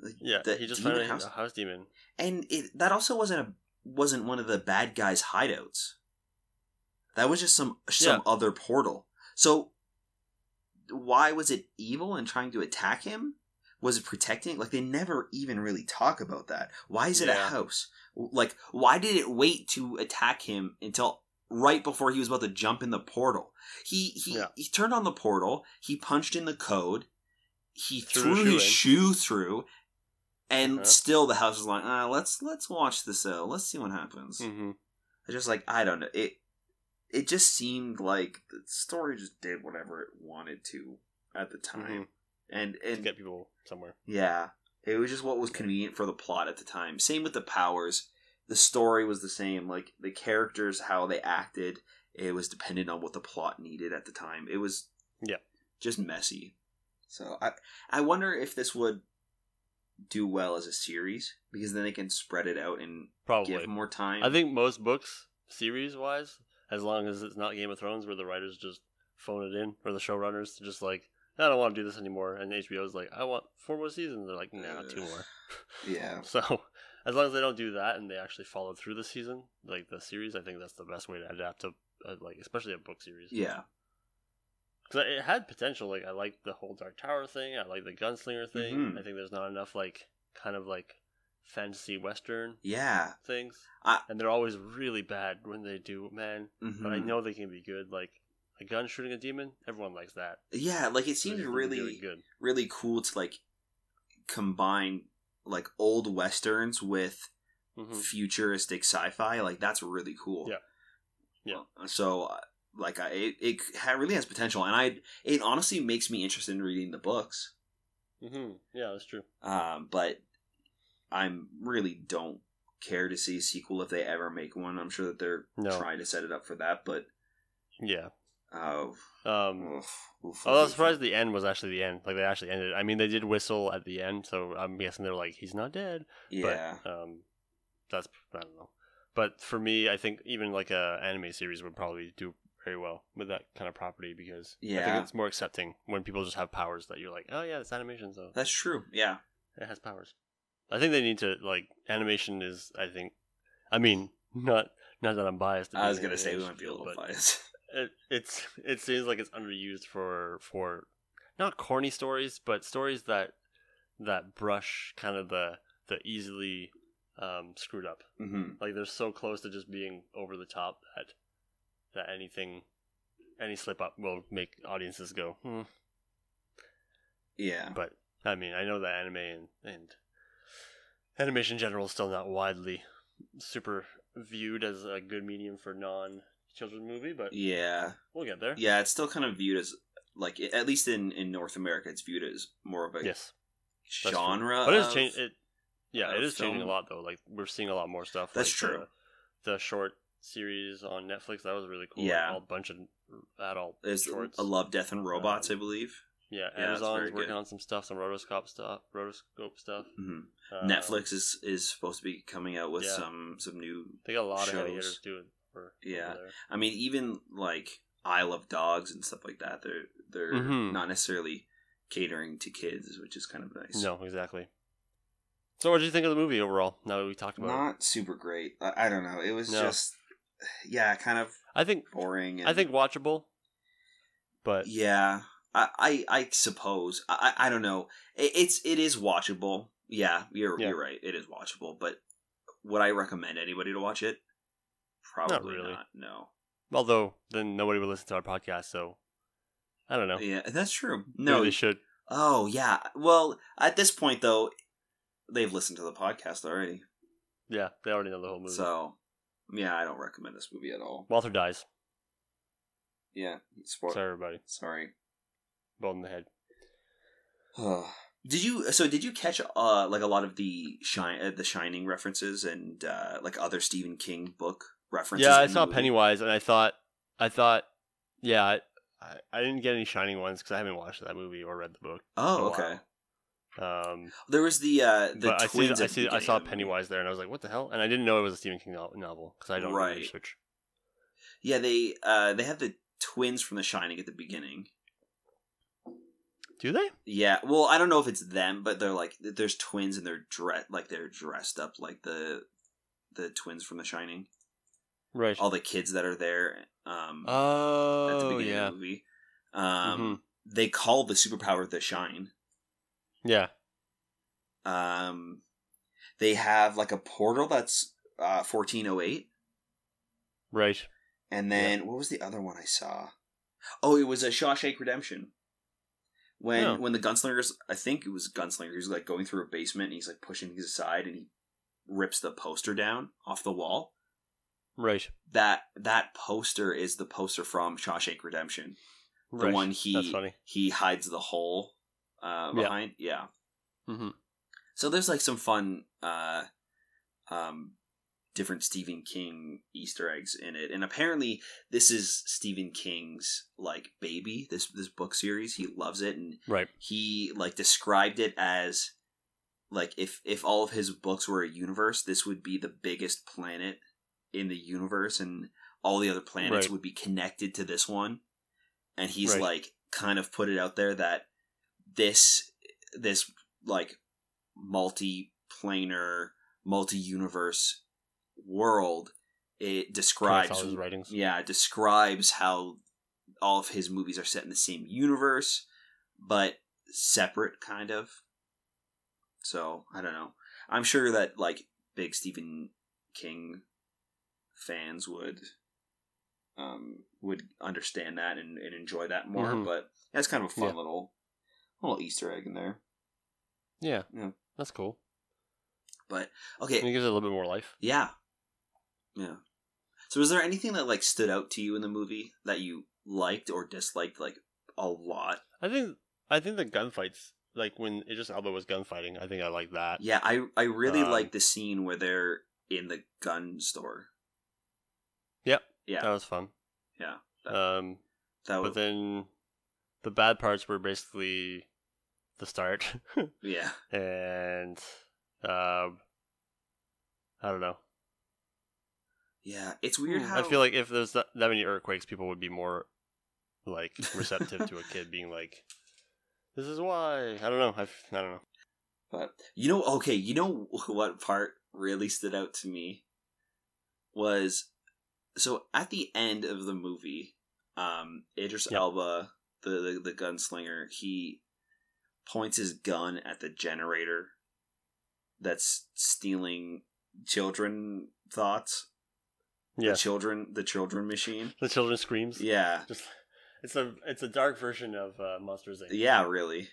Speaker 1: Like,
Speaker 2: yeah,
Speaker 1: the
Speaker 2: he just
Speaker 1: demon
Speaker 2: found
Speaker 1: house-
Speaker 2: a house demon.
Speaker 1: and it, that also wasn't a wasn't one of the bad guys hideouts that was just some some other portal so why was it evil and trying to attack him was it protecting like they never even really talk about that why is it a
Speaker 2: Yeah.
Speaker 1: house like why did it wait to attack him until right before he was about to jump in the portal he he,
Speaker 2: Yeah.
Speaker 1: he turned on the portal he punched in the code he threw,
Speaker 2: Threw a shoe
Speaker 1: his
Speaker 2: in.
Speaker 1: shoe through and
Speaker 2: Uh-huh.
Speaker 1: still the house is like uh, let's let's watch this out let's see what happens
Speaker 2: Mm-hmm.
Speaker 1: I just like i don't know it it just seemed like the story just did whatever it wanted to at the time and
Speaker 2: mm-hmm. To
Speaker 1: and
Speaker 2: get people somewhere.
Speaker 1: yeah it was just what was convenient for the plot at the time same with the powers the story was the same like the characters how they acted it was dependent on what the plot needed at the time it was
Speaker 2: Yeah.
Speaker 1: just messy so i i wonder if this would do well as a series because then they can spread it out and
Speaker 2: Probably.
Speaker 1: give more time
Speaker 2: I think most books, series wise, as long as it's not Game of Thrones, where the writers just phone it in, or the showrunners to just like, I don't want to do this anymore, and HBO's like, I want four more seasons. They're like, nah, two more.
Speaker 1: yeah
Speaker 2: So as long as they don't do that and they actually follow through the season, like the series, I think that's the best way to adapt to, uh, like especially a book series.
Speaker 1: yeah
Speaker 2: because it had potential. Like I like the whole Dark Tower thing. I like the gunslinger thing.
Speaker 1: Mhm.
Speaker 2: I think there's not enough like kind of like fantasy western
Speaker 1: yeah
Speaker 2: things,
Speaker 1: I-
Speaker 2: and they're always really bad when they do. Man,
Speaker 1: mhm.
Speaker 2: but I know they can be good. Like a gun shooting a demon. Everyone likes that.
Speaker 1: Yeah, like it
Speaker 2: So
Speaker 1: seems
Speaker 2: it's gonna be
Speaker 1: really
Speaker 2: good.
Speaker 1: really cool to like combine like old westerns with
Speaker 2: hmm
Speaker 1: futuristic sci-fi. Like that's really cool.
Speaker 2: Yeah. Yeah.
Speaker 1: Uh, So uh, like I it, it ha- really has potential and I it honestly makes me interested in reading the books.
Speaker 2: hmm Yeah, that's true.
Speaker 1: Um but I'm really don't care to see a sequel if they ever make one. I'm sure that they're
Speaker 2: No.
Speaker 1: trying to set it up for that, but
Speaker 2: Yeah.
Speaker 1: oh,
Speaker 2: Um,
Speaker 1: oof, oof,
Speaker 2: I was
Speaker 1: oof.
Speaker 2: surprised the end was actually the end. Like they actually ended. I mean, they did whistle at the end, so I'm guessing they're like, "He's not dead."
Speaker 1: Yeah.
Speaker 2: But, um, that's I don't know. But for me, I think even like a anime series would probably do very well with that kind of property because I
Speaker 1: Yeah.
Speaker 2: think it's more accepting when people just have powers that you're like, "Oh yeah, it's animation, so
Speaker 1: That's true. Yeah.
Speaker 2: it has powers." I think they need to like animation is. I think, I mean, not not that I'm biased.
Speaker 1: I was
Speaker 2: being
Speaker 1: gonna say we
Speaker 2: animation
Speaker 1: might be a little
Speaker 2: but-
Speaker 1: biased.
Speaker 2: it, it's it seems like it's underused for for not corny stories, but stories that that brush kind of the the easily um, screwed up.
Speaker 1: hmm
Speaker 2: Like they're so close to just being over the top that that anything any slip up will make audiences go. Hmm.
Speaker 1: Yeah.
Speaker 2: But I mean, I know that anime and and animation in general is still not widely super viewed as a good medium for non children movie, but
Speaker 1: Yeah.
Speaker 2: we'll get there.
Speaker 1: Yeah, it's still kind of viewed as like at least in in North America it's viewed as more of a
Speaker 2: Yes. That's true.
Speaker 1: genre.
Speaker 2: But
Speaker 1: of-
Speaker 2: it's changing. It, yeah,
Speaker 1: of
Speaker 2: it is changing
Speaker 1: film.
Speaker 2: a lot though. Like we're seeing a lot more stuff.
Speaker 1: That's
Speaker 2: like, uh,
Speaker 1: true.
Speaker 2: The, the short series on Netflix that was really cool.
Speaker 1: Yeah.
Speaker 2: like, a bunch of adult
Speaker 1: It's
Speaker 2: shorts.
Speaker 1: a Love, Death, and Robots,
Speaker 2: Um,
Speaker 1: I believe.
Speaker 2: Yeah,
Speaker 1: Yeah, that's
Speaker 2: Amazon's
Speaker 1: very
Speaker 2: working
Speaker 1: good.
Speaker 2: on some stuff, some rotoscope stuff, rotoscope stuff.
Speaker 1: hmm
Speaker 2: Uh,
Speaker 1: Netflix is is supposed to be coming out with
Speaker 2: yeah.
Speaker 1: some some new.
Speaker 2: They got a lot of heavy
Speaker 1: shows.
Speaker 2: hitters doing. For,
Speaker 1: Yeah. I mean, even like I Love Dogs and stuff like that. They're they're
Speaker 2: Mhm.
Speaker 1: not necessarily catering to kids, which is kind of nice.
Speaker 2: No, exactly. So, what did you think of the movie overall? Now that we talked about it,
Speaker 1: not super great. I, I don't know. It was
Speaker 2: No.
Speaker 1: just yeah, kind of
Speaker 2: I think
Speaker 1: boring. And,
Speaker 2: I think watchable, but
Speaker 1: Yeah, I I, I suppose I I I don't know. It, it's it is watchable. Yeah, you're
Speaker 2: Yeah.
Speaker 1: you're right. It is watchable, but would I recommend anybody to watch it? Probably not.
Speaker 2: really.
Speaker 1: no.
Speaker 2: although then nobody would listen to our podcast, so I don't know.
Speaker 1: Yeah, that's true.
Speaker 2: Maybe
Speaker 1: No.
Speaker 2: they should.
Speaker 1: Oh yeah. Well, at this point though, they've listened to the podcast already,
Speaker 2: Yeah, they already know the whole movie.
Speaker 1: so yeah, I don't recommend this movie at all.
Speaker 2: Walter dies.
Speaker 1: Yeah, spoil.
Speaker 2: Sorry, everybody.
Speaker 1: Sorry.
Speaker 2: Bone in the head.
Speaker 1: did you so did you catch uh like a lot of the shine uh, the shining references and uh like other Stephen King book references?
Speaker 2: yeah,
Speaker 1: in
Speaker 2: I
Speaker 1: the
Speaker 2: saw
Speaker 1: movie?
Speaker 2: Pennywise, and I thought, I thought, yeah, I, I, I didn't get any Shining ones because I haven't watched that movie or read the book.
Speaker 1: Oh,
Speaker 2: in a
Speaker 1: okay.
Speaker 2: while. Um,
Speaker 1: There was the uh the
Speaker 2: but I see,
Speaker 1: twins.
Speaker 2: I
Speaker 1: at the
Speaker 2: see,
Speaker 1: beginning
Speaker 2: I saw
Speaker 1: of the movie.
Speaker 2: Pennywise there, and I was like, what the hell? And I didn't know it was a Stephen King no- novel because I don't
Speaker 1: Right.
Speaker 2: do research.
Speaker 1: Yeah, they uh they have the twins from The Shining at the beginning.
Speaker 2: Do they?
Speaker 1: Yeah, well, I don't know if it's them, but they're like there's twins and they're dressed like they're dressed up like the the twins from The Shining.
Speaker 2: Right.
Speaker 1: All the kids that are there. Um, at the
Speaker 2: oh,
Speaker 1: beginning
Speaker 2: yeah, Mm-hmm.
Speaker 1: of the movie. Um, They call the superpower the shine.
Speaker 2: yeah.
Speaker 1: Um, they have like a portal that's uh, 1408.
Speaker 2: Right.
Speaker 1: And then what was the other one I saw? Oh, it was a Shawshank Redemption. When
Speaker 2: Yeah.
Speaker 1: when the gunslingers, I think it was gunslinger, he's like going through a basement and he's like pushing things aside and he rips the poster down off the wall.
Speaker 2: Right.
Speaker 1: That that poster is the poster from Shawshank Redemption. The
Speaker 2: Right.
Speaker 1: one he
Speaker 2: That's funny.
Speaker 1: he hides the hole uh,
Speaker 2: Yeah.
Speaker 1: behind. Yeah.
Speaker 2: Mm-hmm.
Speaker 1: So there's like some fun, uh, um, different Stephen King Easter eggs in it, and apparently this is Stephen King's like baby. This this book series, he loves it, and
Speaker 2: Right.
Speaker 1: he like described it as like if if all of his books were a universe, this would be the biggest planet in the universe, and all the other planets
Speaker 2: Right.
Speaker 1: would be connected to this one. And he's
Speaker 2: Right.
Speaker 1: like kind of put it out there that this this like multi-planar multi-universe world it
Speaker 2: Connects
Speaker 1: describes
Speaker 2: all his writings.
Speaker 1: yeah it describes how all of his movies are set in the same universe but separate kind of so i don't know i'm sure that like big stephen king fans would um, would understand that and, and enjoy that more.
Speaker 2: Mhm.
Speaker 1: But that's kind of a fun
Speaker 2: Yeah.
Speaker 1: little little Easter egg in there.
Speaker 2: Yeah.
Speaker 1: Yeah.
Speaker 2: That's cool.
Speaker 1: But
Speaker 2: And
Speaker 1: okay,
Speaker 2: it gives it a little bit more life.
Speaker 1: yeah, yeah. So, was there anything that like stood out to you in the movie that you liked or disliked like a lot?
Speaker 2: I think I think the gunfights, like when Idris Elba was gunfighting, I think I like that.
Speaker 1: Yeah, I I really
Speaker 2: Uh, Um,
Speaker 1: like the scene where they're in the gun store.
Speaker 2: Yep.
Speaker 1: Yeah.
Speaker 2: That was fun.
Speaker 1: Yeah.
Speaker 2: Um,
Speaker 1: That was
Speaker 2: but then the bad parts were basically the start
Speaker 1: yeah.
Speaker 2: and um, I don't know.
Speaker 1: Yeah, it's weird how
Speaker 2: I feel like if there's that, that many earthquakes, people would be more like receptive to a kid being like, "This is why." I don't know. I've, I don't know.
Speaker 1: But you know, okay, you know what part really stood out to me was so at the end of the movie, um, Idris
Speaker 2: Yep.
Speaker 1: Elba, the, the the gunslinger, he points his gun at the generator that's stealing children thoughts.
Speaker 2: Yeah,
Speaker 1: The children, the children machine.
Speaker 2: the children screams.
Speaker 1: Yeah,
Speaker 2: just it's a it's a dark version of uh, Monsters Inc.
Speaker 1: Yeah, really.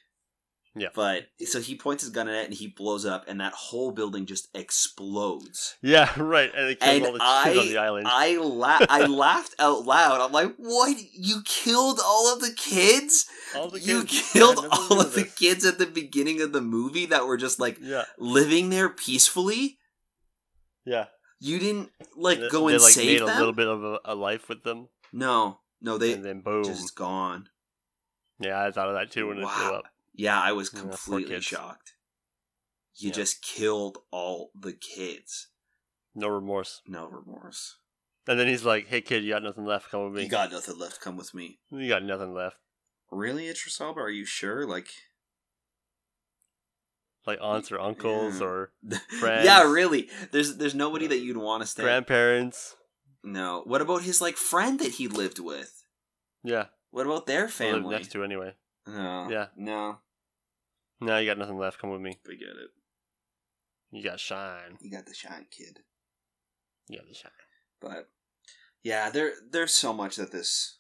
Speaker 2: Yeah.
Speaker 1: But so he points his gun at it and he blows up, and that whole building just explodes.
Speaker 2: yeah, right. And it kills
Speaker 1: And
Speaker 2: all the kids on the island.
Speaker 1: I la- I laughed out loud. I'm like, "What? You killed all of the kids?
Speaker 2: all the
Speaker 1: you
Speaker 2: kids. Yeah, I
Speaker 1: killed
Speaker 2: never
Speaker 1: all
Speaker 2: knew
Speaker 1: of the
Speaker 2: this.
Speaker 1: kids at the beginning of the movie that were just like
Speaker 2: Yeah,
Speaker 1: living there peacefully?
Speaker 2: yeah.
Speaker 1: You didn't like
Speaker 2: And
Speaker 1: go
Speaker 2: they,
Speaker 1: and
Speaker 2: like,
Speaker 1: save
Speaker 2: made
Speaker 1: them?
Speaker 2: a little bit of a, a life with them,
Speaker 1: No, no, they
Speaker 2: and then boom.
Speaker 1: just gone.
Speaker 2: Yeah, I thought of that too when it blew
Speaker 1: Wow.
Speaker 2: up.
Speaker 1: Yeah, I was
Speaker 2: Yeah, poor
Speaker 1: completely
Speaker 2: kids.
Speaker 1: shocked. You
Speaker 2: Yeah.
Speaker 1: just killed all the kids.
Speaker 2: No remorse.
Speaker 1: No remorse.
Speaker 2: And then he's like, "Hey kid, you got nothing left. Come with me.
Speaker 1: You got nothing left. Come with me.
Speaker 2: you got nothing left."
Speaker 1: Really, Idris Elba? Are you sure? Like,
Speaker 2: Like aunts or uncles
Speaker 1: Yeah.
Speaker 2: or Friends.
Speaker 1: yeah, really. There's there's nobody that you'd want to stay.
Speaker 2: grandparents.
Speaker 1: no. What about his like friend that he lived with?
Speaker 2: Yeah,
Speaker 1: What about their
Speaker 2: I live
Speaker 1: family?
Speaker 2: next to anyway.
Speaker 1: no.
Speaker 2: Yeah.
Speaker 1: No.
Speaker 2: No, you got nothing left. Come with me.
Speaker 1: We get it.
Speaker 2: You got shine.
Speaker 1: You got the shine, kid.
Speaker 2: You got the shine.
Speaker 1: But yeah, there there's so much that this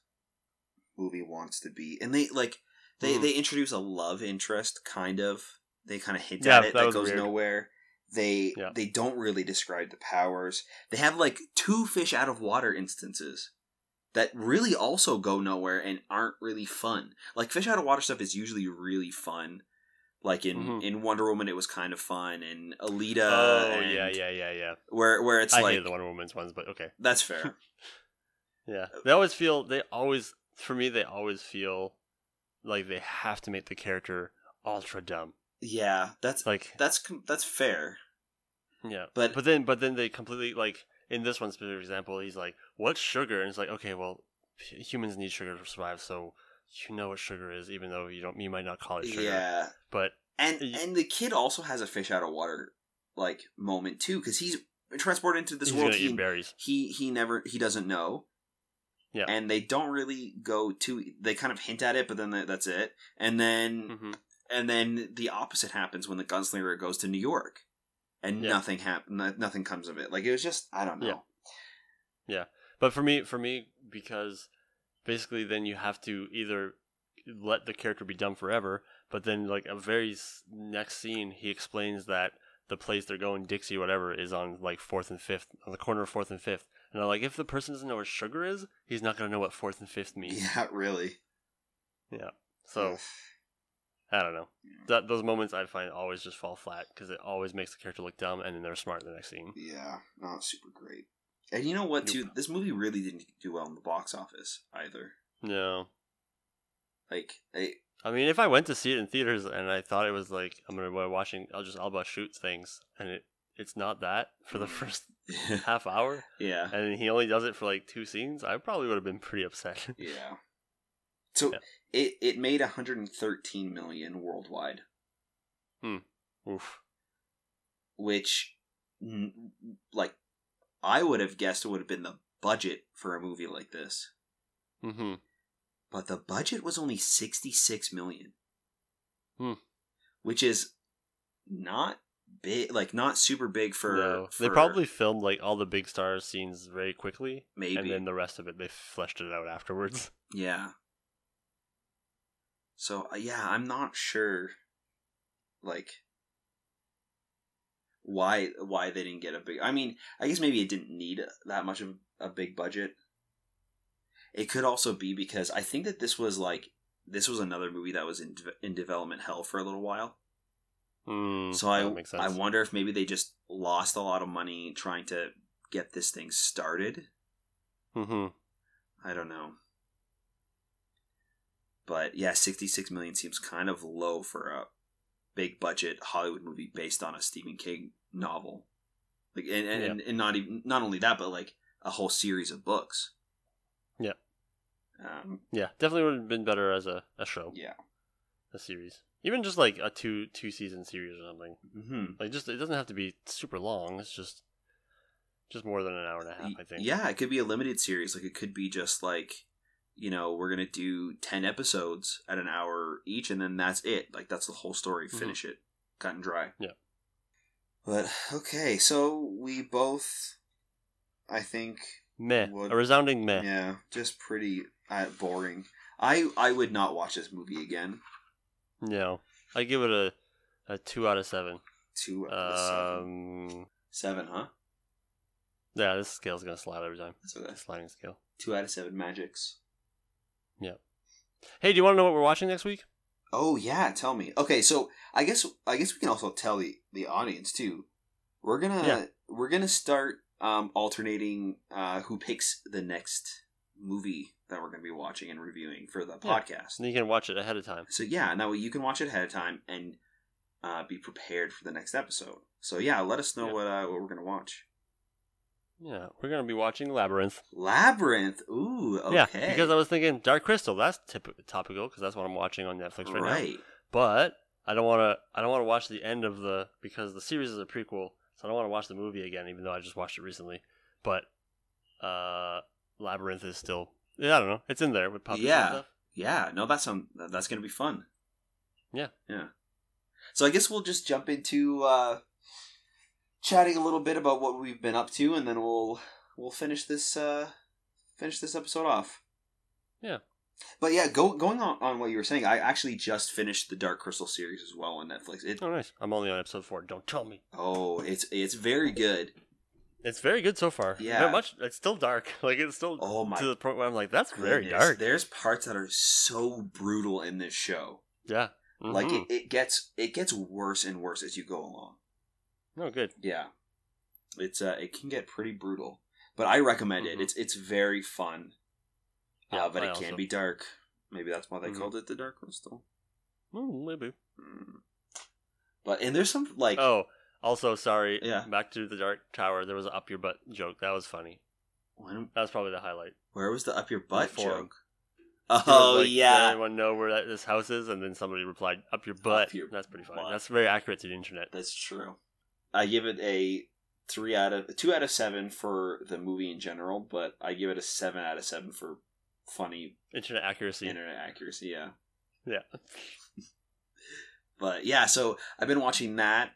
Speaker 1: movie wants to be, and they like they
Speaker 2: Mhm.
Speaker 1: they introduce a love interest, kind of. They kind of hint
Speaker 2: Yeah,
Speaker 1: at it
Speaker 2: that
Speaker 1: that,
Speaker 2: was
Speaker 1: goes
Speaker 2: weird.
Speaker 1: nowhere. They
Speaker 2: Yeah.
Speaker 1: they don't really describe the powers. They have like two fish out of water instances that really also go nowhere and aren't really fun. Like fish out of water stuff is usually really fun. Like in
Speaker 2: Mhm.
Speaker 1: in Wonder Woman, it was kind of fun, and Alita.
Speaker 2: oh
Speaker 1: Uh, and
Speaker 2: yeah, yeah, yeah, yeah.
Speaker 1: Where where it's
Speaker 2: I
Speaker 1: like
Speaker 2: hated the Wonder Woman's ones, but okay.
Speaker 1: that's fair.
Speaker 2: Yeah,
Speaker 1: Uh,
Speaker 2: they always feel they always for me they always feel like they have to make the character ultra dumb.
Speaker 1: Yeah, that's
Speaker 2: Like
Speaker 1: that's com- that's fair.
Speaker 2: yeah,
Speaker 1: But,
Speaker 2: but then but then they completely like in this one specific example, he's like, "What's sugar?" And it's like, okay, well, h- humans need sugar to survive, so you know what sugar is, even though you don't you might not call it sugar.
Speaker 1: yeah,
Speaker 2: But
Speaker 1: and
Speaker 2: Y-
Speaker 1: and the kid also has a fish out of water like moment too because he's transported into this
Speaker 2: he's
Speaker 1: world
Speaker 2: gonna eat
Speaker 1: he,
Speaker 2: berries.
Speaker 1: he he never he doesn't know.
Speaker 2: Yeah.
Speaker 1: and they don't really go to. They kind of hint at it, but then that- that's it. And then
Speaker 2: hmm
Speaker 1: and then the opposite happens when the gunslinger goes to New York, and
Speaker 2: Yeah.
Speaker 1: nothing happen. Nothing comes of it. Like it was just I don't know.
Speaker 2: Yeah. But for me, for me, because basically, then you have to either let the character be dumb forever, but then like a very s- next scene, he explains that the place they're going, Dixie, whatever, is on like fourth and fifth, on the corner of fourth and fifth. And I'm like, if the person doesn't know what sugar is, he's not gonna know what fourth and fifth means.
Speaker 1: Yeah, really.
Speaker 2: So I don't know. That those moments I find always just fall flat because it always makes the character look dumb, and then they're smart in the next scene.
Speaker 1: Yeah, not super great. And you know what, too?
Speaker 2: Nope.
Speaker 1: This movie really didn't do well in the box office either.
Speaker 2: No,
Speaker 1: Like, it,
Speaker 2: I mean, if I went to see it in theaters and I thought it was like I'm gonna be watching I'll just Alba shoot things, and it it's not that for the
Speaker 1: Mm.
Speaker 2: first half hour,
Speaker 1: yeah,
Speaker 2: and he only does it for like two scenes, I probably would have been pretty upset.
Speaker 1: yeah. So
Speaker 2: Yeah.
Speaker 1: it it made 113 million worldwide,
Speaker 2: Oof.
Speaker 1: which n- like I would have guessed would have been the budget for a movie like this,
Speaker 2: Mm-hmm.
Speaker 1: but the budget was only 66 million,
Speaker 2: Hmm.
Speaker 1: which is not big, like not super big for.
Speaker 2: no, they
Speaker 1: for-
Speaker 2: probably filmed like all the big star scenes very quickly,
Speaker 1: Maybe.
Speaker 2: and then the rest of it they fleshed it out afterwards.
Speaker 1: Yeah. So uh, yeah, I'm not sure, like, why why they didn't get a big. I mean, I guess maybe it didn't need that much of a big budget. It could also be because I think that this was like this was another movie that was in de- in development hell for a little while.
Speaker 2: Hmm,
Speaker 1: Mm. so I
Speaker 2: that makes sense.
Speaker 1: I wonder if maybe they just lost a lot of money trying to get this thing started.
Speaker 2: hmm
Speaker 1: I don't know. But yeah, 66 million seems kind of low for a big budget Hollywood movie based on a Stephen King novel. Like and and,
Speaker 2: Yeah.
Speaker 1: and, and not even not only that but like a whole series of books.
Speaker 2: Yeah.
Speaker 1: Um
Speaker 2: Yeah, definitely would have been better as a, a show,
Speaker 1: yeah.
Speaker 2: a series, even just like a two two season series or something.
Speaker 1: Mhm.
Speaker 2: Like just it doesn't have to be super long. It's just just more than an hour and a half, I think.
Speaker 1: Yeah, it could be a limited series. Like it could be just like, you know, we're gonna do ten episodes at an hour each, and then that's it. Like that's the whole story.
Speaker 2: Mhm.
Speaker 1: Finish it, cut and dry.
Speaker 2: Yeah.
Speaker 1: But okay, so we both, I think,
Speaker 2: Meh.
Speaker 1: Would-
Speaker 2: A resounding meh.
Speaker 1: yeah, just pretty uh, boring. I I would not watch this movie again.
Speaker 2: No. I give it a a two out of seven.
Speaker 1: Two out of seven.
Speaker 2: Um
Speaker 1: Seven, huh?
Speaker 2: Yeah, this scale's gonna slide every time.
Speaker 1: That's okay.
Speaker 2: Sliding scale.
Speaker 1: Two out of seven magics.
Speaker 2: Hey, do you wanna know what we're watching next week?
Speaker 1: Oh yeah, tell me. Okay, so I guess I guess we can also tell the the audience too. We're gonna
Speaker 2: Yeah.
Speaker 1: we're gonna start um, alternating uh, who picks the next movie that we're gonna be watching and reviewing for the
Speaker 2: Yeah.
Speaker 1: podcast.
Speaker 2: And you can watch it ahead of time.
Speaker 1: So yeah, and that way you can watch it ahead of time and uh, be prepared for the next episode. So yeah, let us know
Speaker 2: Yeah.
Speaker 1: what uh, what we're gonna watch.
Speaker 2: Yeah. We're gonna be watching Labyrinth.
Speaker 1: Labyrinth. Ooh, okay.
Speaker 2: Yeah. Because I was thinking Dark Crystal, that's typ- topical because that's what I'm watching on Netflix right, now.
Speaker 1: right.
Speaker 2: But I don't wanna I don't wanna watch the end of the because the series is a prequel, so I don't wanna watch the movie again, even though I just watched it recently. But uh Labyrinth is still yeah, I don't know. It's in there with pop
Speaker 1: Yeah.
Speaker 2: stuff.
Speaker 1: Yeah, no, that's um, that's gonna be fun.
Speaker 2: Yeah.
Speaker 1: yeah. So I guess we'll just jump into uh, chatting a little bit about what we've been up to, and then we'll we'll finish this uh, finish this episode off.
Speaker 2: Yeah.
Speaker 1: But yeah, go, going on, on what you were saying, I actually just finished the Dark Crystal series as well on Netflix. It,
Speaker 2: Oh nice. I'm only on episode four, don't tell me.
Speaker 1: oh, it's it's very good.
Speaker 2: It's very good so far.
Speaker 1: Yeah.
Speaker 2: Not much. It's still dark. Like it's still
Speaker 1: Oh my
Speaker 2: to the point where I'm like, that's very
Speaker 1: goodness.
Speaker 2: dark.
Speaker 1: There's parts that are so brutal in this show.
Speaker 2: yeah. Mhm.
Speaker 1: Like it, it gets it gets worse and worse as you go along.
Speaker 2: no Oh, good.
Speaker 1: Yeah, it's uh, it can get pretty brutal, but I recommend
Speaker 2: Mhm.
Speaker 1: it. It's it's very fun. Yeah, but
Speaker 2: I
Speaker 1: it can
Speaker 2: also-
Speaker 1: be dark. Maybe that's why they
Speaker 2: Mhm.
Speaker 1: called it the Dark Crystal.
Speaker 2: Mm, maybe.
Speaker 1: Mm. But and there's some like
Speaker 2: oh, also sorry.
Speaker 1: Yeah.
Speaker 2: Back to the dark tower. There was an up your butt joke. That was funny.
Speaker 1: when-
Speaker 2: That was probably the highlight.
Speaker 1: where was the up your butt
Speaker 2: forum.
Speaker 1: joke?
Speaker 2: It was
Speaker 1: Oh
Speaker 2: like, Does
Speaker 1: yeah,
Speaker 2: anyone know where that, this house is? And then somebody replied, "Up your butt."
Speaker 1: your
Speaker 2: That's pretty funny.
Speaker 1: butt.
Speaker 2: That's very accurate to the internet.
Speaker 1: that's true. I give it a three out of two out of seven for the movie in general, but I give it a seven out of seven for funny
Speaker 2: Internet accuracy.
Speaker 1: internet accuracy. Yeah.
Speaker 2: Yeah.
Speaker 1: But yeah, so I've been watching that.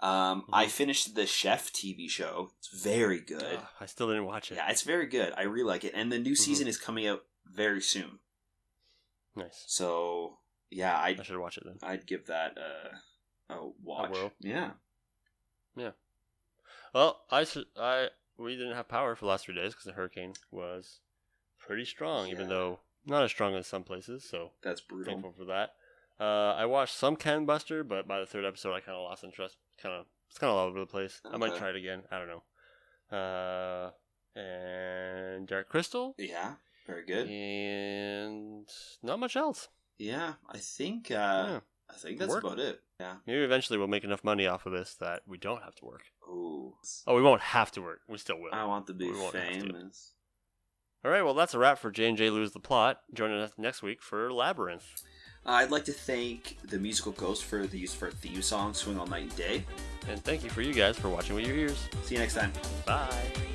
Speaker 1: Um, I
Speaker 2: Mhm.
Speaker 1: finished the Chef TV show. It's very good.
Speaker 2: Ugh, I still didn't watch it.
Speaker 1: Yeah, it's very good. I really like it. And the new
Speaker 2: Mm-hmm.
Speaker 1: season is coming out very soon.
Speaker 2: Nice.
Speaker 1: So yeah,
Speaker 2: I
Speaker 1: I'd
Speaker 2: should watch it then.
Speaker 1: I'd give that uh, a watch.
Speaker 2: whirl.
Speaker 1: Yeah.
Speaker 2: Well, I s- I- we didn't have power for the last three days because the hurricane was pretty strong, even
Speaker 1: Yeah.
Speaker 2: though not as strong as some places. So
Speaker 1: That's brutal.
Speaker 2: thankful for that. Uh, I watched some Can Buster, but by the third episode, I kind of lost interest. Kind of, it's kind of all over the place. I might
Speaker 1: Okay.
Speaker 2: try it again. I don't know. Uh, and Dark Crystal,
Speaker 1: Yeah, very good.
Speaker 2: and not much else.
Speaker 1: Yeah, I think uh,
Speaker 2: Yeah.
Speaker 1: I think that's
Speaker 2: Work.
Speaker 1: about it. Yeah.
Speaker 2: Maybe eventually we'll make enough money off of this that we don't have to work.
Speaker 1: Ooh,
Speaker 2: Oh, we won't have to work. We still will.
Speaker 1: I want to be
Speaker 2: We won't have to.
Speaker 1: famous.
Speaker 2: All right, well, that's a wrap for J&J Lose the Plot. Join us next week for Labyrinth.
Speaker 1: Uh, I'd like to thank the musical Ghost for the use of our theme song "Swing All Night and Day."
Speaker 2: And thank you for you guys for watching with your ears.
Speaker 1: See you next time.
Speaker 2: Bye.